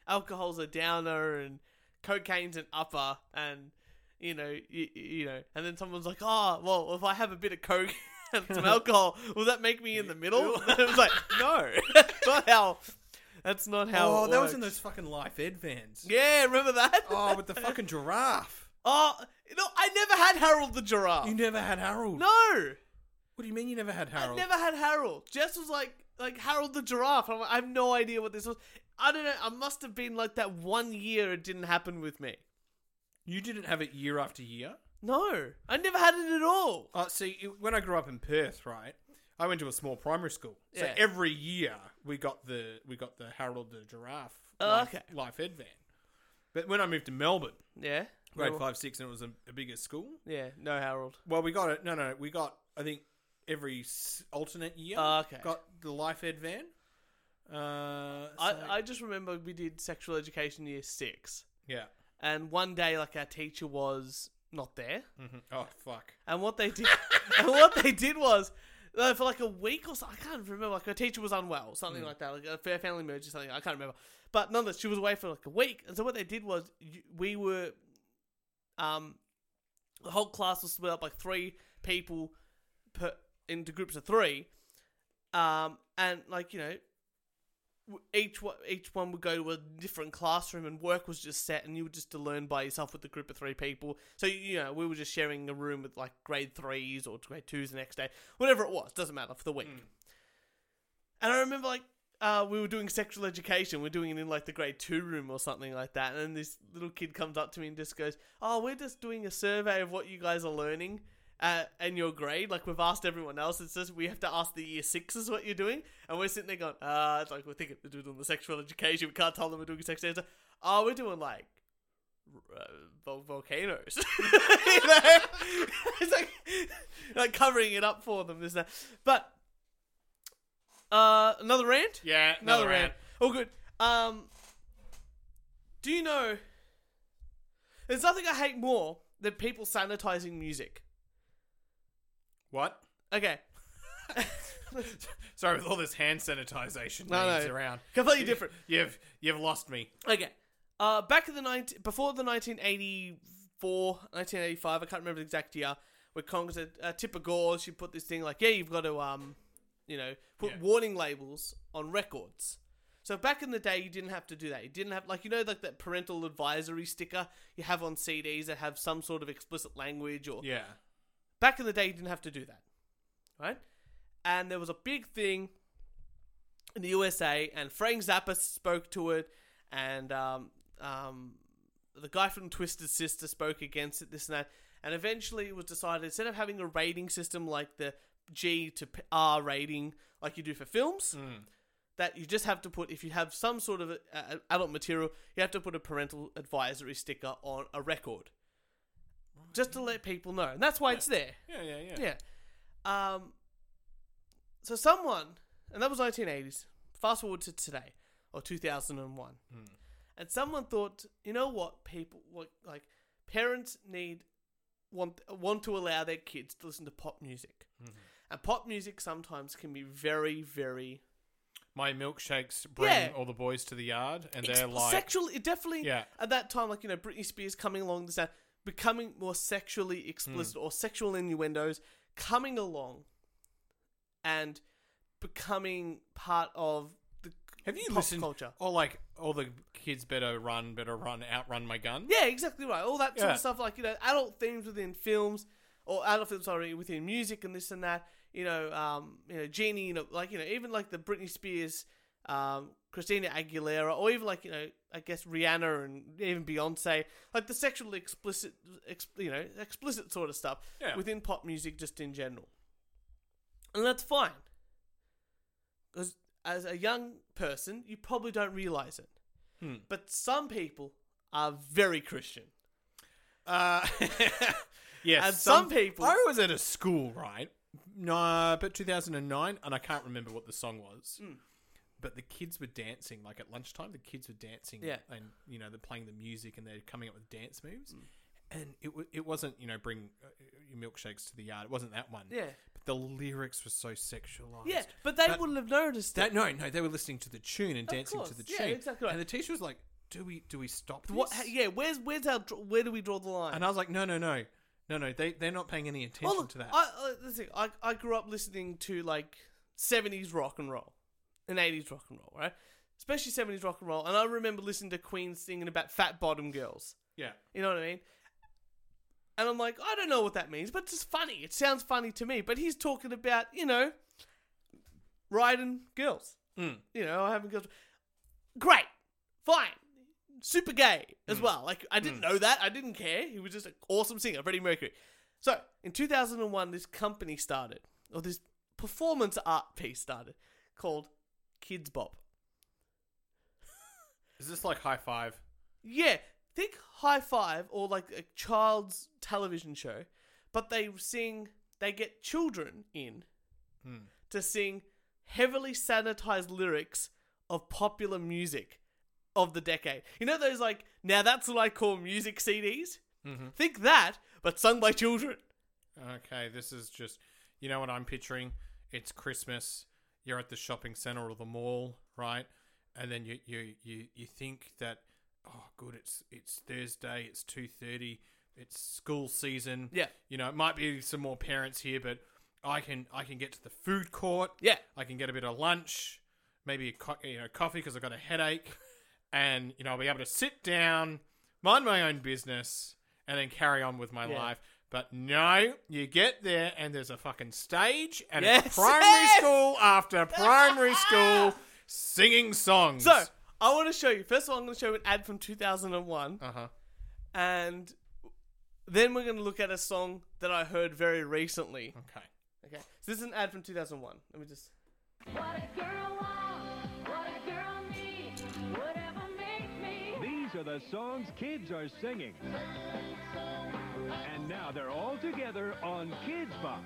alcohol's a downer and cocaine's an upper, and you know, you, you know, and then someone's like, oh, well, if I have a bit of coke. And some alcohol, will that make me in the middle? And it was like, no, that's not how. That's not how.
oh,
it
that was in
works.
those fucking Life Ed vans.
Yeah, remember that?
Oh, with the fucking giraffe.
Oh, no, I never had Harold the giraffe.
You never had Harold.
no,
What do you mean you never had
I
Harold?
never had Harold. Jess was like, like Harold the giraffe. I'm like, I have no idea what this was. I don't know. I must have been like that one year it didn't happen with me.
You didn't have it year after year.
No, I never had it at all.
Uh, see, it- when I grew up in Perth, right, I went to a small primary school. So
Yeah.
every year we got the we got the Harold the giraffe.
Oh,
life,
okay.
Life Ed van. But when I moved to Melbourne,
Yeah,
grade
No-
five six, and it was a, a bigger school.
Yeah, no Harold.
Well, we got it. No, no, we got. I think every s- alternate year.
Oh, okay.
Got the Life Ed van. Uh,
I,
so-
I just remember we did sexual education year six,
yeah.
and one day like our teacher was not there.
hmm Oh fuck.
And what they did, and what they did was, uh, for like a week or so, I can't remember. Like her teacher was unwell, something like that, like a fa- family emergency, something I can't remember. But nonetheless, she was away for like a week, and so what they did was, y- we were, um, the whole class was split up like three people per into groups of three, um, and like you know. w- Each one, each one would go to a different classroom, and work was just set, and you were just to learn by yourself with a group of three people. So you know, we were just sharing a room with like grade threes or grade twos the next day, whatever it was, doesn't matter for the
Mm.
week. And I remember like uh, we were doing sexual education, we're doing it in like the grade two room or something like that. And then this little kid comes up to me and just goes, "Oh, we're just doing a survey of what you guys are learning." Uh, and your grade, like we've asked everyone else, it's just we have to ask the year sixes what you're doing, and we're sitting there going, ah, it's like we're thinking they're doing the sexual education, we can't tell them we're doing sex education. Oh, we're doing like uh, vol- volcanoes. you know? it's like like covering it up for them. There's that, but uh, another rant.
Yeah.
another, rant. All good. Um, do you know? There's nothing I hate more than people sanitizing music.
What?
Okay,
Sorry, with all this hand sanitization
No,
needs
no.
around,
completely different.
you've you've lost me.
Okay. Uh, back in the 19, before the 1984, 1985, I can't remember the exact year, where Congress, had, uh, Tipper Gore, she put this thing like, yeah, you've got to, um, you know, put
Yeah.
warning labels on records. So back in the day, you didn't have to do that. You didn't have, like, you know, like that parental advisory sticker you have on CDs that have some sort of explicit language or
Yeah.
back in the day you didn't have to do that right and there was a big thing in the usa and frank zappa spoke to it and um, um, the guy from twisted sister spoke against it this and that and eventually it was decided instead of having a rating system like the g to P- r rating like you do for films that you just have to put if you have some sort of uh, uh, adult material you have to put a parental advisory sticker on a record just to let people know and that's why it's there
Yeah, yeah, yeah.
yeah. Um. So someone, and that was 1980s. Fast forward to today, or 2001, and someone thought, you know what, people what, like parents need want want to allow their kids to listen to pop music, and pop music sometimes can be very, very
My milkshakes bring
Yeah.
all the boys to the yard, and
Ex-
they're like,
sexual. It definitely
Yeah.
at that time, like you know, Britney Spears coming along this, that, becoming more sexually explicit
Hmm.
or sexual innuendos coming along, and becoming part of the
"Have you
pop
listened?"
culture.
Or like, all the kids better run, better run, outrun my gun.
Yeah, exactly right. All that sort
Yeah.
of stuff, like you know, adult themes within films, or adult films, sorry, within music and this and that. You know, um, you know, genie, you know, like you know, even like the Britney Spears um, Christina Aguilera, or even like you know, I guess Rihanna and even Beyonce, like the sexually explicit, ex- you know, explicit sort of stuff
Yeah.
within pop music, just in general. And that's fine, because as a young person, you probably don't realize it.
Hmm.
But some people are very Christian.
Uh, yes.
And some people-
I was at a school, right? No, but 2009, and I can't remember what the song was.
Hmm.
But the kids were dancing, like at lunchtime, the kids were dancing,
Yeah.
and you know they're playing the music and they're coming up with dance moves.
Hmm.
And it wa it wasn't you know bring uh, your milkshakes to the yard. It wasn't that one.
Yeah.
But the lyrics were so sexualized.
Yeah, but they
But-
wouldn't have noticed
That,
that.
no, no, they were listening to the tune and dancing
course.
to the
Yeah,
tune.
exactly right.
And the teacher was like, "Do we do we stop this?"
What? Yeah, where's where's our dr- where do we draw the line?
And I was like, no, no, no, no, no. They they're not paying any attention
Well, look,
to that.
I, I, the thing, I, I grew up listening to like 70s rock and roll and 80s rock and roll, right? Especially 70s rock and roll. And I remember listening to Queen singing about fat bottom girls.
yeah,
You know what I mean? And I'm like, I don't know what that means, but it's funny. It sounds funny to me. But he's talking about, you know, riding girls.
Mm.
You know, having girls. Great. Fine. Super gay as well. Like, I didn't know that. I didn't care. He was just an awesome singer, Freddie Mercury. So, in 2001, this company started, or this performance art piece started, called Kids Bop.
is this like high five?
Yeah, think High Five or like a child's television show, but they sing. They get children in to sing heavily sanitized lyrics of popular music of the decade. You know those like now that's what I call music CDs.
Mhm.
Think that, but sung by children.
Okay, this is just, you know what I'm picturing? It's Christmas. You're at the shopping center or the mall, right? And then you you you, you think that, oh, good, it's it's Thursday, it's two thirty, it's school season.
Yeah.
you know, it might be some more parents here, but I can I can get to the food court.
Yeah,
I can get a bit of lunch, maybe a co- you know coffee because I've got a headache, and you know I'll be able to sit down, mind my own business, and then carry on with my
Yeah.
life. But no, you get there and there's a fucking stage and
Yes.
it's primary school after primary school singing songs.
So I want to show you. First of all, I'm going to show you an ad from 2001,
uh huh.
and then we're going to look at a song that I heard very recently.
Okay.
Okay, so this is an ad from 2001. Let me just.
What a girl wants, what a girl needs, whatever makes me.
These are the songs kids are singing. And now they're all together on Kids Bop.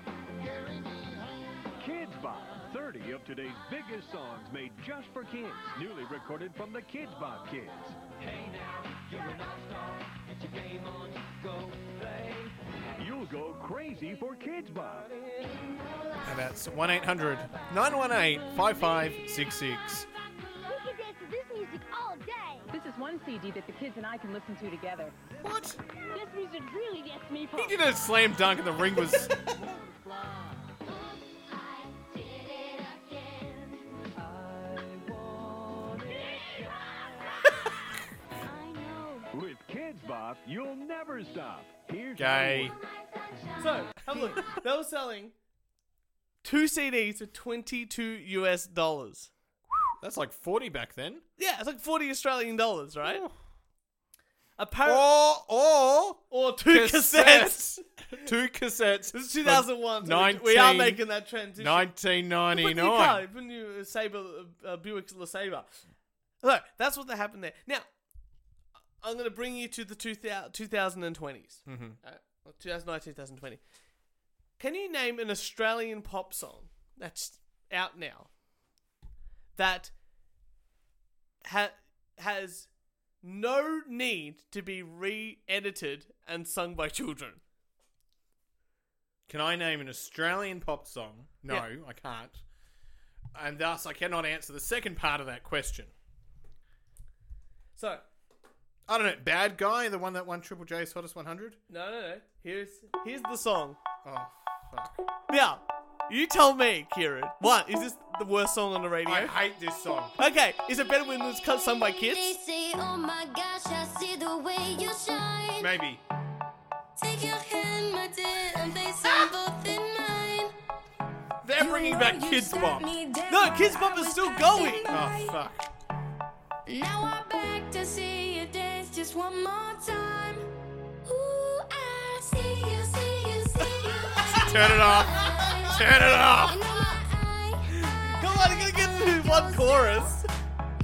Kids Bop, 30 of today's biggest songs made just for kids, newly recorded from the Kids Bop Kids.
Hey now, you're an all-star. Get your game on, go play.
You'll go crazy for Kids Bop.
And that's 1 800 918 5566.
We can dance to this music all day.
This is one CD that the kids and I can listen to together.
What?
This music really gets me
He
pumped.
did a slam dunk and the ring was.
I did it again.
I want it.
I know.
With Kids Bop, you'll never stop. Here's
Gay.
So, have a look. they were selling two CDs for 22 US dollars.
That's like 40 back then.
Yeah, it's like 40 Australian dollars, right? Apparently,
Or, or
or two cassettes.
two cassettes.
This is 2001. so we- we are
19
making that transition. But you
1999.
can't, wouldn't you, uh, Sabre, uh, uh, Buick's LeSabre. Look, that's what happened there. Now, I'm going to bring you to the 2000, 2020s. Mm-hmm. Uh, 2019, 2020. Can you name an Australian pop song that's out now that ha- has no need to be re-edited and sung by children?
Can I name an Australian pop song? No,
Yeah.
I can't. And thus, I cannot answer the second part of that question.
So,
I don't know. Bad Guy, the one that won Triple J's Hottest 100?
no, no, no. Here's here's the song.
Oh, fuck.
Now, you tell me, Kieran. What is this the worst song on the radio?
I hate this song.
okay, is it better when it's cut sung by kids?
say, oh my gosh, I see the way you shine.
Maybe.
Take your hand, my dear, and place them both in mine.
Ah! They're
bringing back Kids Bop.
No, Kids Bop is still going.
Oh, fuck.
Now I beg to see you dance just one more time. Ooh, I see you, see you, see you.
Turn it off.
I
Turn it off.
know I,
Come on, I'm gonna get through one chorus.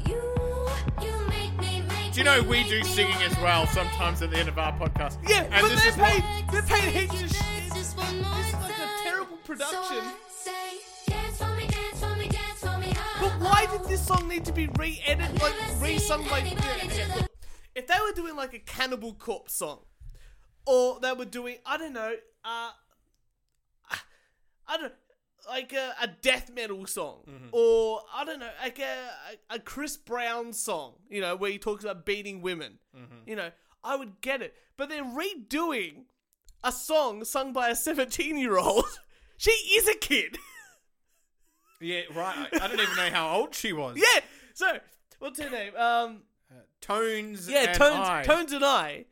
you, you make me, make
Do you know
me,
we
make
do
me
singing as
wanna
well
dance.
sometimes at the end of our podcast?
Yeah,
and
but
this
they're
is what-
paid, they're paid heaps of shit.
Dance just one more
It's like a
time.
terrible
So I
production.
say, dance for me, dance for me, dance for me. oh,
But why
oh.
did this song need to be re-edited, like
Never seen
re-sung by?
anybody do that.
If they were doing like a Cannibal Corpse song, or they were doing, I don't know, uh, I don't like a, a death metal song, or I don't know, like a, a a Chris Brown song, you know, where he talks about beating women, you know, I would get it. But they're redoing a song sung by a seventeen-year-old. she is a kid.
Yeah, right. I I don't even know how old she was.
yeah. So what's her name? Um.
Tones.
Yeah,
and
Tones,
I. Hmm.
Tones and I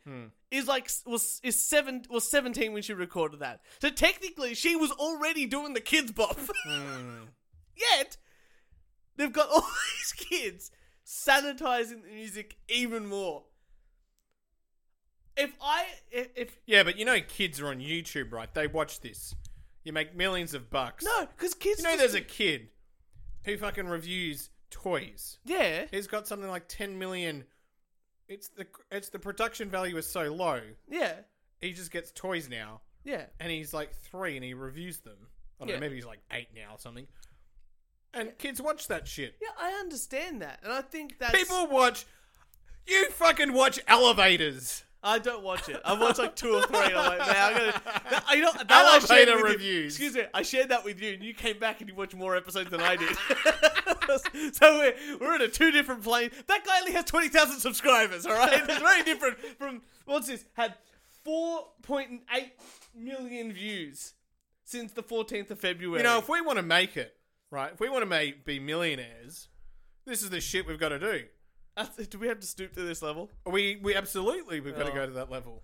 is like was is seven was seventeen when she recorded that. So technically, she was already doing the kids bop.
Hmm.
Yet they've got all these kids sanitizing the music even more. If I if, if
Yeah, but you know, kids are on YouTube, right? They watch this. You make millions of bucks.
no, because kids
You know,
just-
there's a kid who fucking reviews toys.
yeah
He's got something like 10 million. It's the it's the production value is so low.
yeah
He just gets toys now,
yeah
and he's like three, and he reviews them. I don't
Yeah.
know, maybe he's like eight now or something. And kids watch that shit.
yeah. I understand that, and I think that
People watch. You fucking watch elevators.
I don't watch it. I watched like two or three. And I'm like, man, I'm gonna. That, I- you know, that I shared
Elevator
with you.
reviews.
Excuse me, I shared that with you, and you came back and you watched more episodes than I did. so we're we're in a two different plane. That guy only has twenty thousand subscribers. All right, it's very different from what's this had four point eight million views since the fourteenth of February.
You know, if we want to make it, right? If we want to make, be millionaires, this is the shit we've got to do.
That's- do we have to stoop to this level?
We we absolutely we've got to
Oh.
go to that level.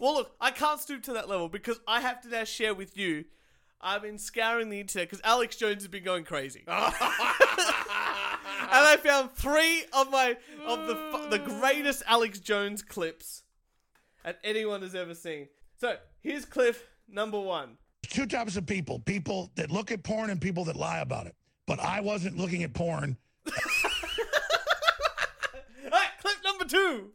Well, look, I can't stoop to that level because I have to now share with you. I've been scouring the internet because Alex Jones has been going crazy, and I found three of my of the fu- the greatest Alex Jones clips that anyone has ever seen. So here's clip number one.
two types of people people that look at porn and people that lie about it. But I wasn't looking at porn.
All right, clip number two.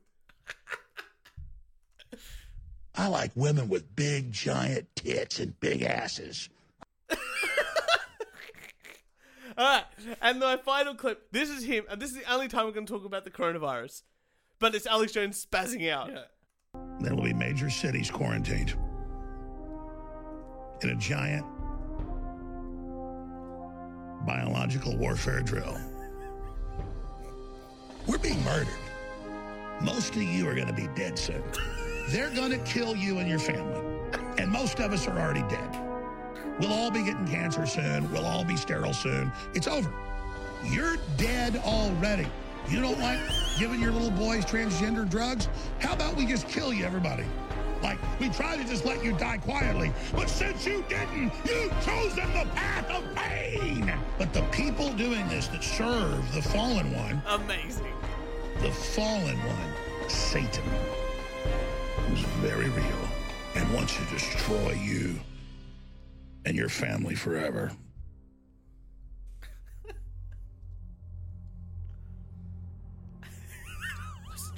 I like women with big, giant tits and big asses.
All right, and my final clip. This is him, and this is the only time we're going to talk about the coronavirus, but it's Alex Jones spazzing out.
Then we'll be major cities quarantined in a giant biological warfare drill. We're being murdered. Most of you are going to be dead soon. They're going to kill you and your family. And most of us are already dead. We'll all be getting cancer soon. We'll all be sterile soon. It's over. You're dead already. You don't like giving your little boys transgender drugs? How about we just kill you, everybody? Like, we try to just let you die quietly, but since you didn't, you've chosen the path of pain. But the people doing this that serve the fallen one,
Amazing.
the fallen one, Satan, is very real and wants to destroy you and your family forever.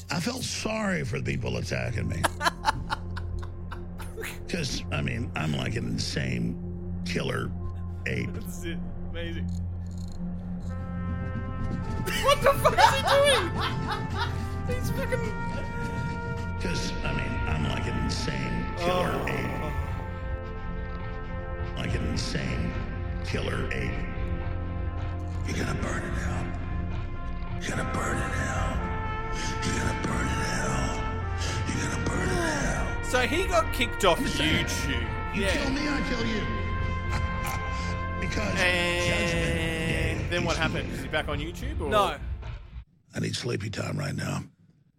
I felt sorry for the people attacking me. Because, I mean, I'm like an insane killer ape.
This is it. Amazing.
Because, I mean, I'm like an insane killer ape. Like an insane killer ape. You're gonna burn in hell. You're gonna burn in hell. You're gonna burn in hell. You're gonna burn in hell.
So he got kicked off YouTube.
You
Yeah.
kill me, I kill you. because
And
judgment day
then what
is
happened?
near.
Is he back on YouTube? Or? Uh,
No.
I need sleepy time right now.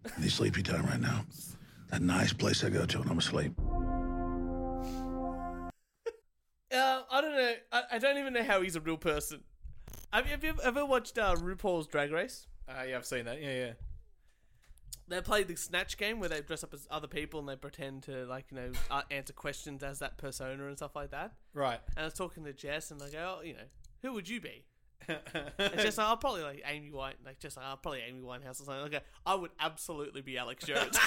I need sleepy time right now. That nice place I go to when I'm asleep.
Uh, I don't know. I, I don't even know how he's a real person. Have you, have you ever watched uh, RuPaul's Drag Race?
Uh, yeah, I've seen that. Yeah, yeah.
They play the snatch game where they dress up as other people and they pretend to like you know uh, answer questions as that persona and stuff like that.
Right.
And I was talking to Jess and I go, oh, you know, who would you be? And Jess, like, I'll probably like Amy White, like Jess, like, I'll probably Amy Winehouse or something. Like, I would absolutely be Alex Jones.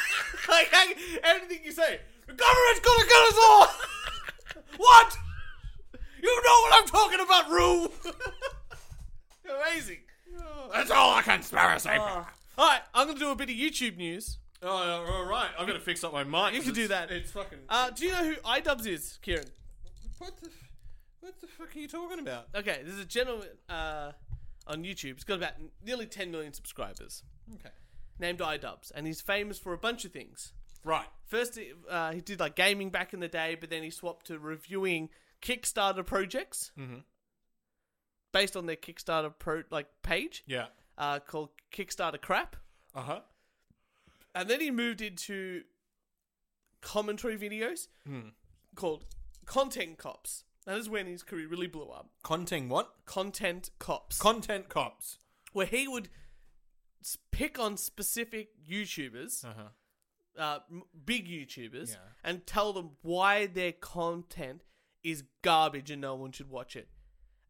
like I, everything you say, the government's gonna kill us all. what? You know what I'm talking about, Rue? Amazing.
That's all a conspiracy.
Oh. All right, I'm gonna do a bit of YouTube news.
Oh, all right. I've got to fix up my mic.
You can do that.
It's fucking.
Uh, do you know who iDubbbz is, Kieran?
what the? f- What the fuck are you talking about?
Okay, there's a gentleman uh, on YouTube. He's got about nearly 10 million subscribers,
Okay.
named iDubbbz, and he's famous for a bunch of things.
Right.
First, uh, he did like gaming back in the day, but then he swapped to reviewing Kickstarter projects
Mm-hmm.
based on their Kickstarter pro like page
Yeah.
uh, called Kickstarter Crap,
Uh
Uh-huh.
huh.
and then he moved into commentary videos
Hmm.
called Content Cops. That is when his career really blew up.
Content what?
Content Cops,
Content cops.
where he would s- pick on specific YouTubers.
Uh huh.
uh, m- big YouTubers
Yeah.
and tell them why their content is garbage and no one should watch it.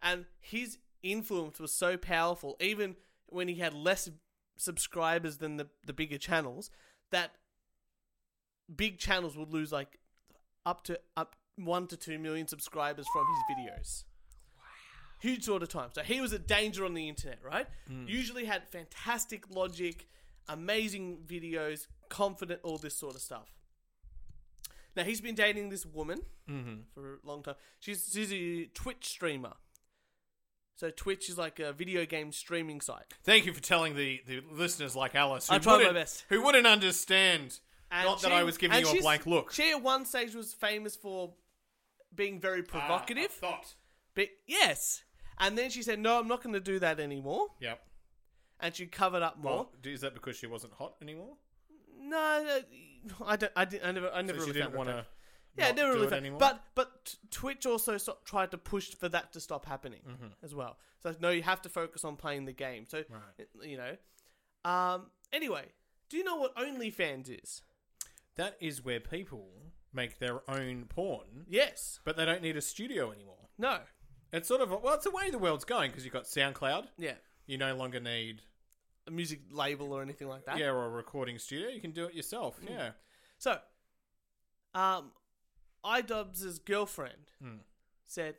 And his influence was so powerful, even when he had less subscribers than the, the bigger channels, that big channels would lose like up to up one to two million subscribers from his videos. Huge sort of time. So he was a danger on the internet, right?
Hmm.
Usually had fantastic logic, amazing videos, confident, all this sort of stuff. Now he's been dating this woman
Mm-hmm.
for a long time. She's she's a Twitch streamer. So Twitch is like a video game streaming site.
Thank you for telling the, the listeners like Alice. Who
I tried my
wouldn't-
best.
Who wouldn't understand? Not that I was giving
and
you a
she's-
blank look.
She at one stage was famous for being very provocative.
Ah, I thought.
But yes. And then she said, No, I'm not going to do that anymore.
Yep.
And she covered up more.
Well, is that because she wasn't hot anymore?
no, no, I don't. I, didn't, I never. I
So
never
she
really
didn't
want
want
to.
to.
Yeah, I never really.
do it
found-
anymore.
But but t- Twitch also so- tried to push for that to stop happening
Mm-hmm.
as well. So no, you have to focus on playing the game. So you know. Um. Anyway, do you know what OnlyFans is?
that is where people make their own porn,
Yes.
but they don't need a studio anymore.
No.
It's sort of well, it's the way the world's going because you've got SoundCloud.
Yeah.
You no longer need
A music label or anything like that. Mm.
yeah or a recording studio. You can do it yourself. Yeah.
So, um, iDubbbz's girlfriend said,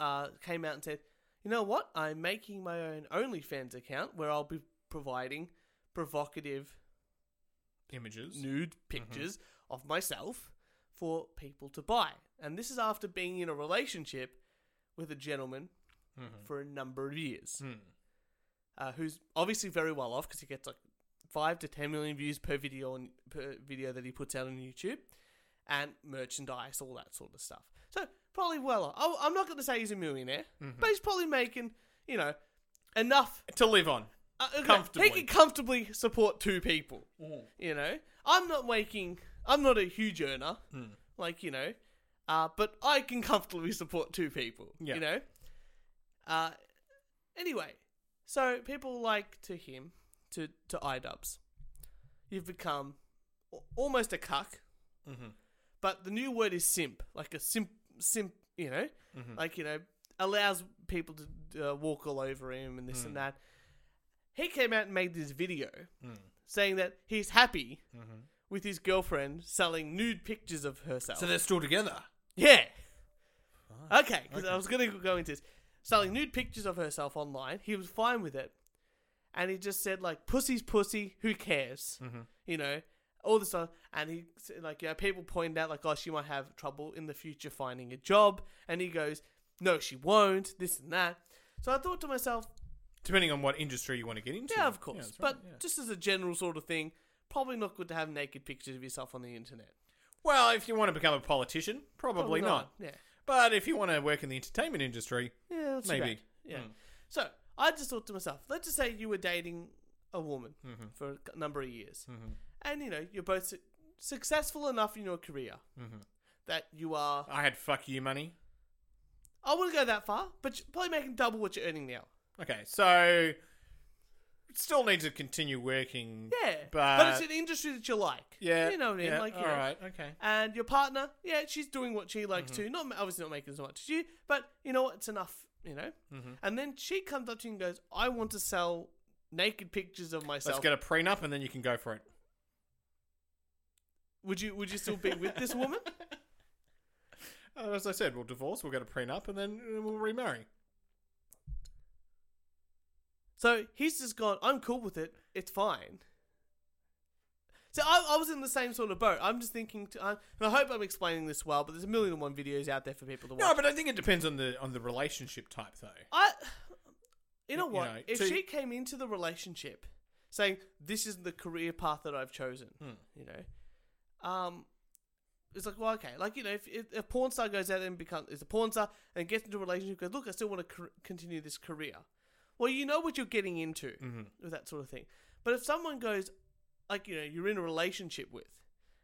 uh, came out and said, "You know what? I'm making my own OnlyFans account where I'll be providing provocative
Images.
nude pictures of myself for people to buy." And this is after being in a relationship with a gentleman for a number of years, uh, who's obviously very well off because he gets like five to ten million views per video on per video that he puts out on YouTube, and merchandise, all that sort of stuff. So probably well off. I- I'm not going to say he's a millionaire, but he's probably making you know enough.
To live on.
Uh, okay,
Comfortably.
he can comfortably support two people. You know, I'm not making. I'm not a huge earner, like you know, uh, but I can comfortably support two people.
Yeah.
You know. Uh, anyway, so people like to him to to iDubbbz. You've become al- almost a cuck, but the new word is simp, like a simp simp. You know, like you know, allows people to uh, walk all over him and this and that. He came out and made this video saying that he's happy with his girlfriend selling nude pictures of herself.
So they're still together.
Yeah. Okay, because I was going to go into this. Selling nude pictures of herself online. He was fine with it. And he just said, like, pussy's pussy, who cares?
Mm-hmm.
You know, all this stuff. And he, said, like, you know, people pointed out, like, oh, she might have trouble in the future finding a job. And he goes, no, she won't, this and that. So I thought to myself,
Depending on what industry you want to get into.
yeah, of course.
that's
but
right, yeah.
just as a general sort of thing, probably not good to have naked pictures of yourself on the internet.
well, if you want to become a politician, probably, not.
Yeah.
But if you want to work in the entertainment industry,
Yeah, that's maybe.
Maybe.
Yeah. So I just thought to myself, let's just say you were dating a woman
Mm-hmm.
for a number of years, and you know you're both su-
Mm-hmm.
successful enough in your career that you are
I had fuck you money.
I wouldn't go that far, but you're probably making double what you're earning now.
Okay, so still need to continue working.
Yeah,
but,
it's an industry that you like.
yeah,
you know what I mean.
yeah,
like, you
all
know.
right, Mm-hmm. okay.
And your partner, yeah, she's doing what she likes too. Not obviously not making as much as you, but you know what? It's enough. You know.
Mm-hmm.
And then she comes up to you and goes, "I want to sell naked pictures of
Let's
myself.
get a prenup and then you can go for it.
would you Would you still be with this woman?"
Uh, As I said, we'll divorce, we'll get a prenup, and then uh, we'll remarry.
So he's just gone, I'm cool with it. It's fine. So I, I was in the same sort of boat. I'm just thinking, to, uh, and I hope I'm explaining this well, but there's a million and one videos out there for people to watch.
No, but I think it depends on the on the relationship type, though.
I, you know
You
what?
know,
if
to-
she came into the relationship saying this is the career path that I've chosen,
Hmm.
you know, um, it's like well, okay, like you know, if, if a porn star goes out and becomes is a porn star and gets into a relationship, goes look, I still want to cr- continue this career. Well, you know what you're getting into
Mm-hmm.
with that sort of thing. But if someone goes, like you know, you're in a relationship with,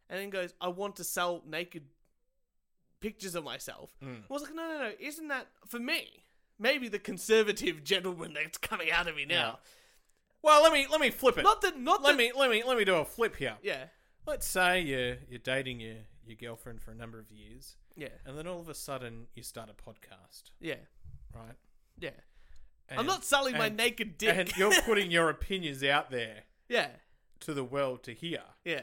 and then goes, I want to sell naked pictures of myself.
Mm.
I was like, no, no, no. Isn't that for me? Maybe the conservative gentleman that's coming out of me now.
Well, let me let me flip it.
Not that, not
let
that,
me let me let me do a flip here.
Yeah,
Let's say you're you're dating your your girlfriend for a number of years,
yeah,
and then all of a sudden you start a podcast,
yeah,
right?
yeah. I'm
And-
not selling my
and-
naked dick.
And you're putting your opinions out there
yeah,
to the world to hear.
yeah.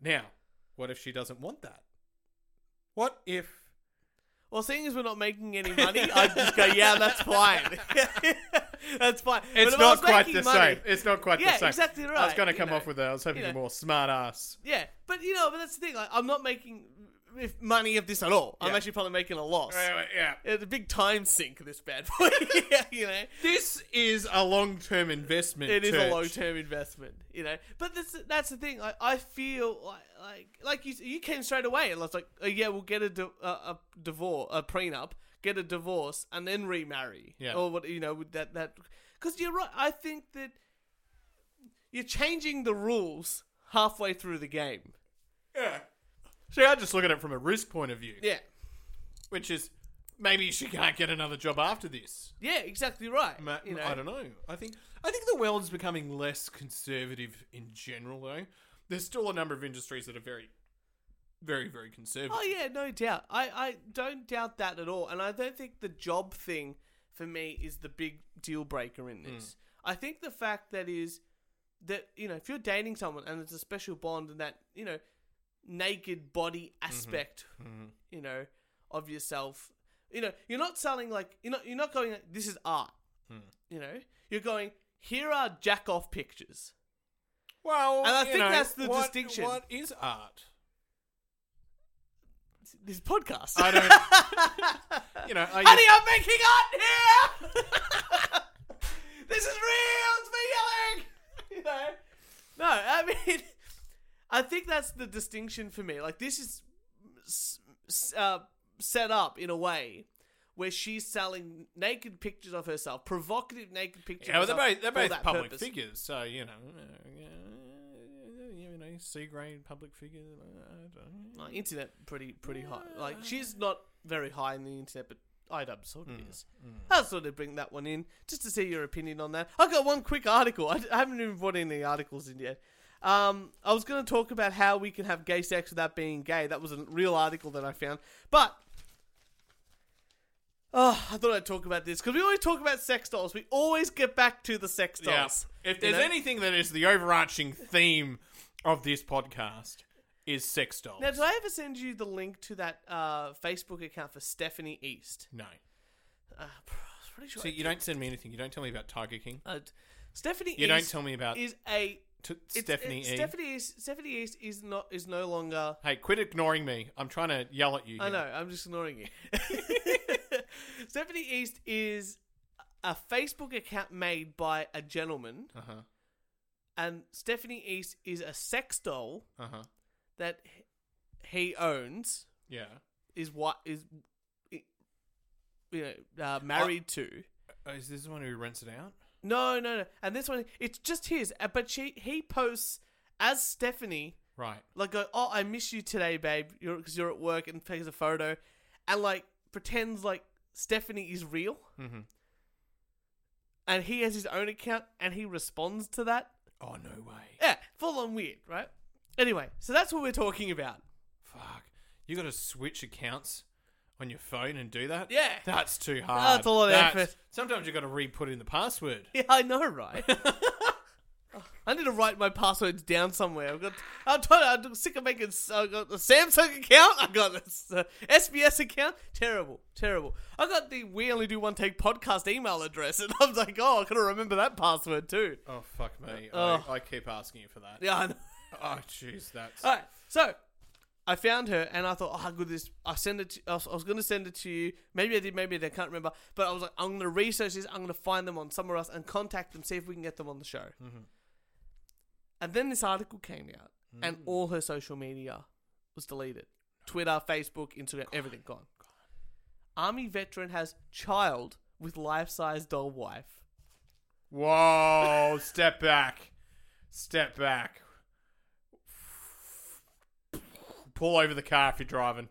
Now, what if she doesn't want that? What if
Well, seeing as we're not making any money, I just go, yeah, that's fine. that's fine. But
it's
if I was
not quite
making
the
money-
same? It's not quite
Yeah,
the same.
exactly
I was
right,
going to
you
come
know.
off with that. I was hoping
You
you're
know.
more smart ass.
Yeah, but you know, but that's the thing. Like, I'm not making if money of this at all. I'm
Yeah.
actually probably making a loss.
yeah.
It's a big time sink. This bad boy. yeah, you know.
This is a long term investment.
It is
Church.
a long term investment, you know. But this, that's the thing. I, I feel like, like like you you came straight away and I was like, oh, yeah, we'll get a, di- a, a divorce, a prenup, get a divorce, and then remarry.
Yeah.
Or what you know with that that because you're right. I think that you're changing the rules halfway through the game.
See, I just look at it from a risk point of view,
Yeah.
which is maybe she can't get another job after this.
Yeah. Exactly right.
Ma-
you know.
I don't know. I think I think the world is becoming less conservative in general, though. There's still a number of industries that are very, very, very conservative.
Oh yeah, no doubt. I, I don't doubt that at all. And I don't think the job thing for me is the big deal breaker in this.
Hmm.
I think the fact that is that, you know, if you're dating someone and there's a special bond and that, you know, naked body
Mm-hmm.
aspect, you know, of yourself. You know, you're not selling like you're not you're not going this is art.
Hmm.
You know? You're going, here are jack off pictures.
Well,
And I
you
think
know,
that's the
what-
distinction.
What is art?
This podcast.
I don't. you know, oh, I
Honey, I'm making art here. this is real. It's me yelling. You know? No, I mean, I think that's the distinction for me. Like this is s- s- uh, set up in a way where she's selling naked pictures of herself, provocative naked pictures.
Yeah, well,
of
they're
herself
both, they're
for
both
that
public
purpose.
figures, so you know, uh, you know, C grade public figure. I don't know.
Like, Uh, internet pretty pretty high. Like she's not very high in the internet, but IDUB sort of
Mm,
is. I'll sort of bring that one in just to see your opinion on that. I've got one quick article. I, I haven't even brought any articles in yet. Um, I was going to talk about how we can have gay sex without being gay. That was a real article that I found, but. Oh, I thought I'd talk about this because we always talk about sex dolls. We always get back to the sex
Yeah.
dolls.
If
you
there's
know?
anything that is the overarching theme of this podcast, is sex dolls.
now, did I ever send you the link to that uh, Facebook account for Stephanie East?
no.
Uh, pr- I was pretty sure.
See,
I
you don't send me anything. You don't tell me about Tiger King.
Uh, Stephanie.
You
East
don't tell me about
Is a
T-
it's-
Stephanie
it's
E.
Stephanie East. Stephanie East is not is no longer.
Hey, quit ignoring me. I'm trying to yell at you.
I
here.
know. I'm just ignoring you. Stephanie East is a Facebook account made by a gentleman,
Uh-huh.
and Stephanie East is a sex doll
Uh-huh.
that h- he owns.
Yeah.
Is what is you know uh, married to.
Oh, is this the one who rents it out?
No, no, no. And this one, it's just his. uh, But she he posts as Stephanie
Right.
like go, oh, I miss you today, babe, because you're, 'cause you're at work, and takes a photo, and like pretends like Stephanie is real,
Mhm.
and he has his own account, and he responds to that.
Oh no way!
Yeah, full on weird, right? Anyway, so that's what we're talking about.
Fuck! You got to switch accounts on your phone and do that?
Yeah.
that's too hard.
That's a lot of effort.
Sometimes you got to re-put in the password.
Yeah, I know, right? I need to write my passwords down somewhere. I've got. I'm, t- I'm sick of making. s- I've got the Samsung account. I've got uh, the SBS account. Terrible, terrible. I got the We Only Do One Take podcast email address, and I'm like, oh, I gotta remember that password too.
Oh fuck me!
Oh.
I, I keep asking you for that.
Yeah, I know.
Oh jeez, that's
All right, so I found her and I thought, oh, how good this. I send it. To, I was, I was going to send it to you. Maybe I did. Maybe I didn't, I can't remember. But I was like, I'm going to research this. I'm going to find them on somewhere else and contact them. See if we can get them on the show. And then this article came out, and all her social media was deleted: Twitter, Facebook, Instagram, everything gone. Army veteran has child with life-size doll wife.
Whoa, step back. Step back. Pull over the car if you're driving.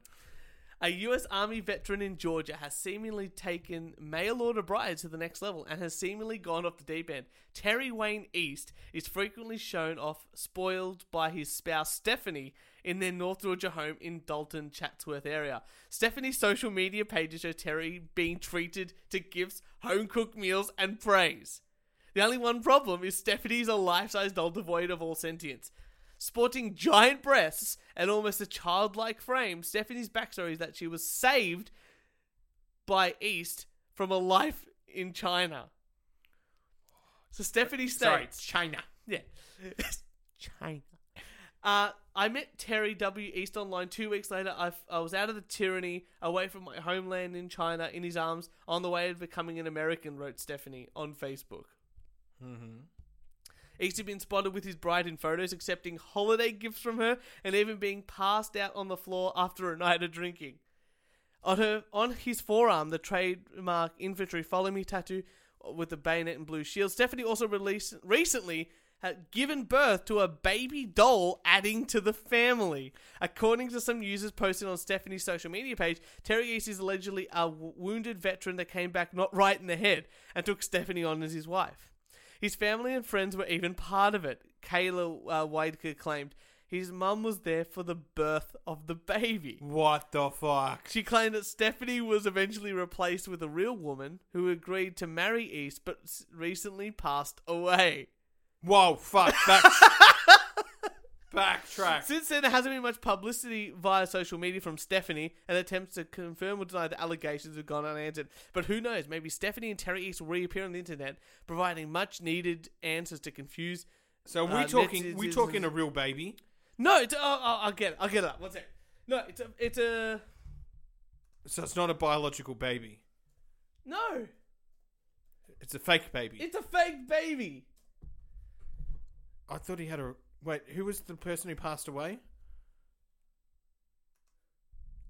A U.S. Army veteran in Georgia has seemingly taken mail order brides to the next level and has seemingly gone off the deep end. Terry Wayne East is frequently shown off, spoiled by his spouse Stephanie in their North Georgia home in Dalton, Chatsworth area. Stephanie's social media pages show Terry being treated to gifts, home cooked meals, and praise. The only one problem is Stephanie's a life size doll devoid of all sentience. Sporting giant breasts and almost a childlike frame, Stephanie's backstory is that she was saved by East from a life in China. So Stephanie states.
Sorry, China.
Yeah. China. Uh, I met Terry W. East online two weeks later. I, I was out of the tyranny, away from my homeland in China, in his arms, on the way to becoming an American, wrote Stephanie on Facebook. Mm-hmm. East had been spotted with his bride in photos, accepting holiday gifts from her, and even being passed out on the floor after a night of drinking. On her, on his forearm, the trademark infantry follow me tattoo with the bayonet and blue shield. Stephanie also released recently had given birth to a baby doll, adding to the family. According to some users posting on Stephanie's social media page, Terry East is allegedly a w- wounded veteran that came back not right in the head and took Stephanie on as his wife. His family and friends were even part of it. Kayla uh, Waidker claimed his mum was there for the birth of the baby.
What the fuck?
She claimed that Stephanie was eventually replaced with a real woman who agreed to marry East but s- recently passed away.
Whoa, fuck. Back- Backtrack.
Since then, there hasn't been much publicity via social media from Stephanie, and attempts to confirm or deny the allegations have gone unanswered. But who knows? Maybe Stephanie and Terry East will reappear on the internet, providing much needed answers to confuse.
So we
Uh,
talking
this
we
is-
talking a real baby?
No, it's, oh, oh, I'll get it. I'll get it up. One sec. No, it's a. It's a
So it's not a biological baby.
no,
It's a fake baby.
it's a fake baby.
I thought he had a Wait, who was the person who passed away?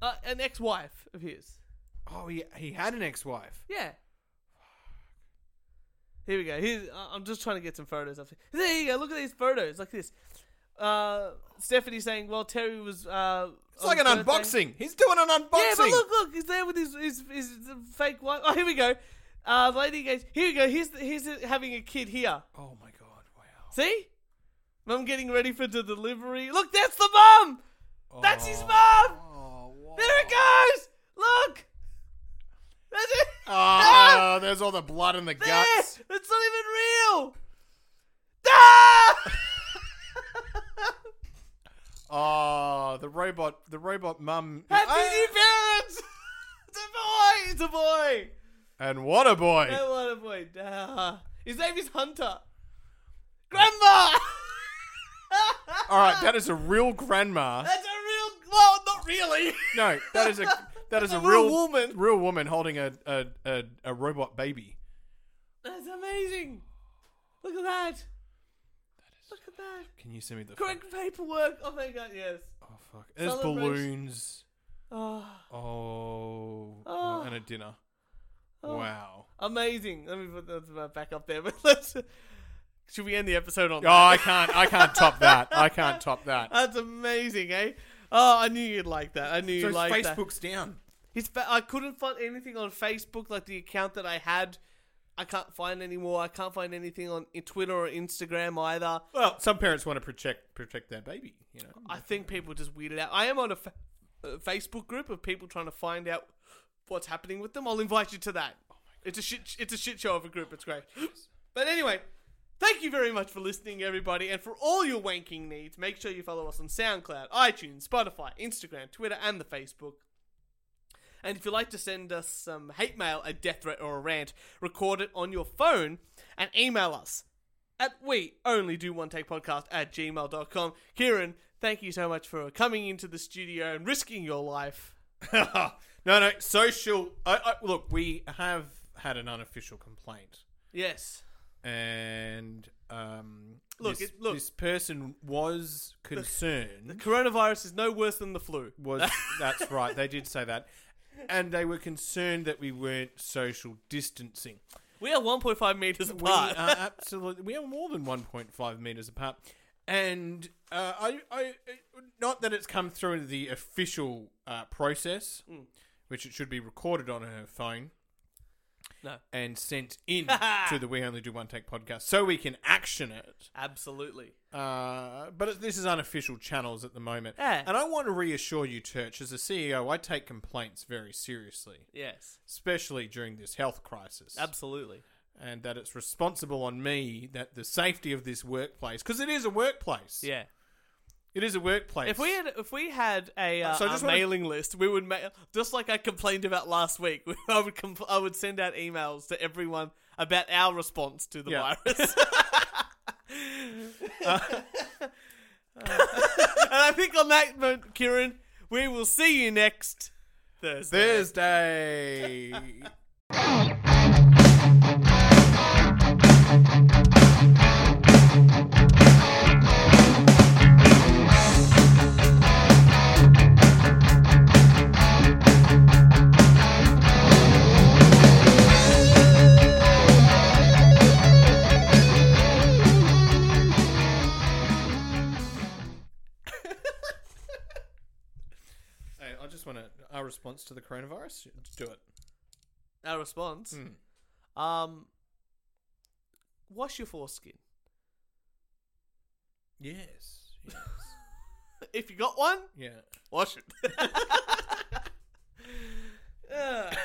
Uh, an ex wife of his.
Oh, he he had an ex-wife.
Yeah. Here we go. Here's, I- I'm just trying to get some photos up. There you go. Look at these photos. Like this. Uh, Stephanie saying, "Well, Terry was." Uh,
It's like an unboxing. He's doing an unboxing.
Yeah, but look, look, he's there with his his, his fake wife. Oh, here we go. Uh, the lady goes, "Here we go. Here's the, here's the, having a kid here.
Oh my god, wow.
See, mum getting ready for the delivery. Look, that's the mum. That's his mum.
Oh, wow.
There it goes. Look, that's it.
Uh, Oh, there's all the blood in the guts.
There! It's not even real! Ah!
Oh, the robot, the robot mum.
Happy
Ah!
new parents! It's a boy! It's a boy!
And what a boy!
Oh, what a boy. Ah. His name is Hunter. Grandma!
All right, that is a real grandma.
That's a real. Well, not really.
No, that is a that is a,
a
real,
real woman.
real woman holding a a, a a robot baby.
That's amazing. Look at that. Look at that.
Can you send me the
Correct paperwork. Oh my god, yes.
Oh fuck! There's
Celebration.
balloons.
Oh,
Oh,
Oh.
and a dinner.
Ah.
Wow.
amazing. Let me put that back up there. But let's. Should we end the episode on
Oh, I can't I can't top that. I can't top that.
That's amazing, eh? Oh, I knew you'd like that. I knew you'd like that.
down.
His fa- I couldn't find anything on Facebook, like the account that I had. I can't find anymore. I can't find anything on in Twitter or Instagram either.
Well, some parents want to protect protect their baby. You know,
I think people just weirded out. I am on a fa- uh, Facebook group of people trying to find out what's happening with them. I'll invite you to that. it's a shit. It's a shit show of a group. It's great. But anyway, thank you very much for listening, everybody, and for all your wanking needs. Make sure you follow us on SoundCloud, iTunes, Spotify, Instagram, Twitter, and the Facebook. And if you'd like to send us some hate mail, a death threat, or a rant, record it on your phone and email us at we only do one take podcast at gmail.com. Kieran, thank you so much for coming into the studio and risking your life.
no, no. Social. I, I, look, we have had an unofficial complaint,
Yes.
and um,
Look,
this,
it- look.
this person was concerned.
Coronavirus is no worse than the flu.
was that's right? They did say that, and they were concerned that we weren't social distancing.
We are 1.5 meters
We
apart.
are absolutely. We are more than one point five meters apart, and uh, I, I, not that it's come through the official uh, process,
Hmm.
which it should be recorded on her phone.
No.
And sent in to the We Only Do One Take podcast so we can action it.
Absolutely.
Uh, but it- this is unofficial channels at the moment.
Yeah.
And I want to reassure you, Church, as a CEO, I take complaints very seriously,
Yes.
especially during this health crisis
Absolutely.
and that it's responsible on me that the safety of this workplace because it is a workplace.
Yeah.
it is a workplace.
If we had if we had a, uh,
So I
a
just wanna-
mailing list, we would ma- just like I complained about last week. I would compl- I would send out emails to everyone about our response to the
Yeah.
virus. and I think on that note, Kieran, we will see you next Thursday.
Thursday. hey, I just want to our response to the coronavirus. Do it.
Our response. Um, wash your foreskin
Yes. yes.
if you got one.
yeah.
Wash it. Ugh.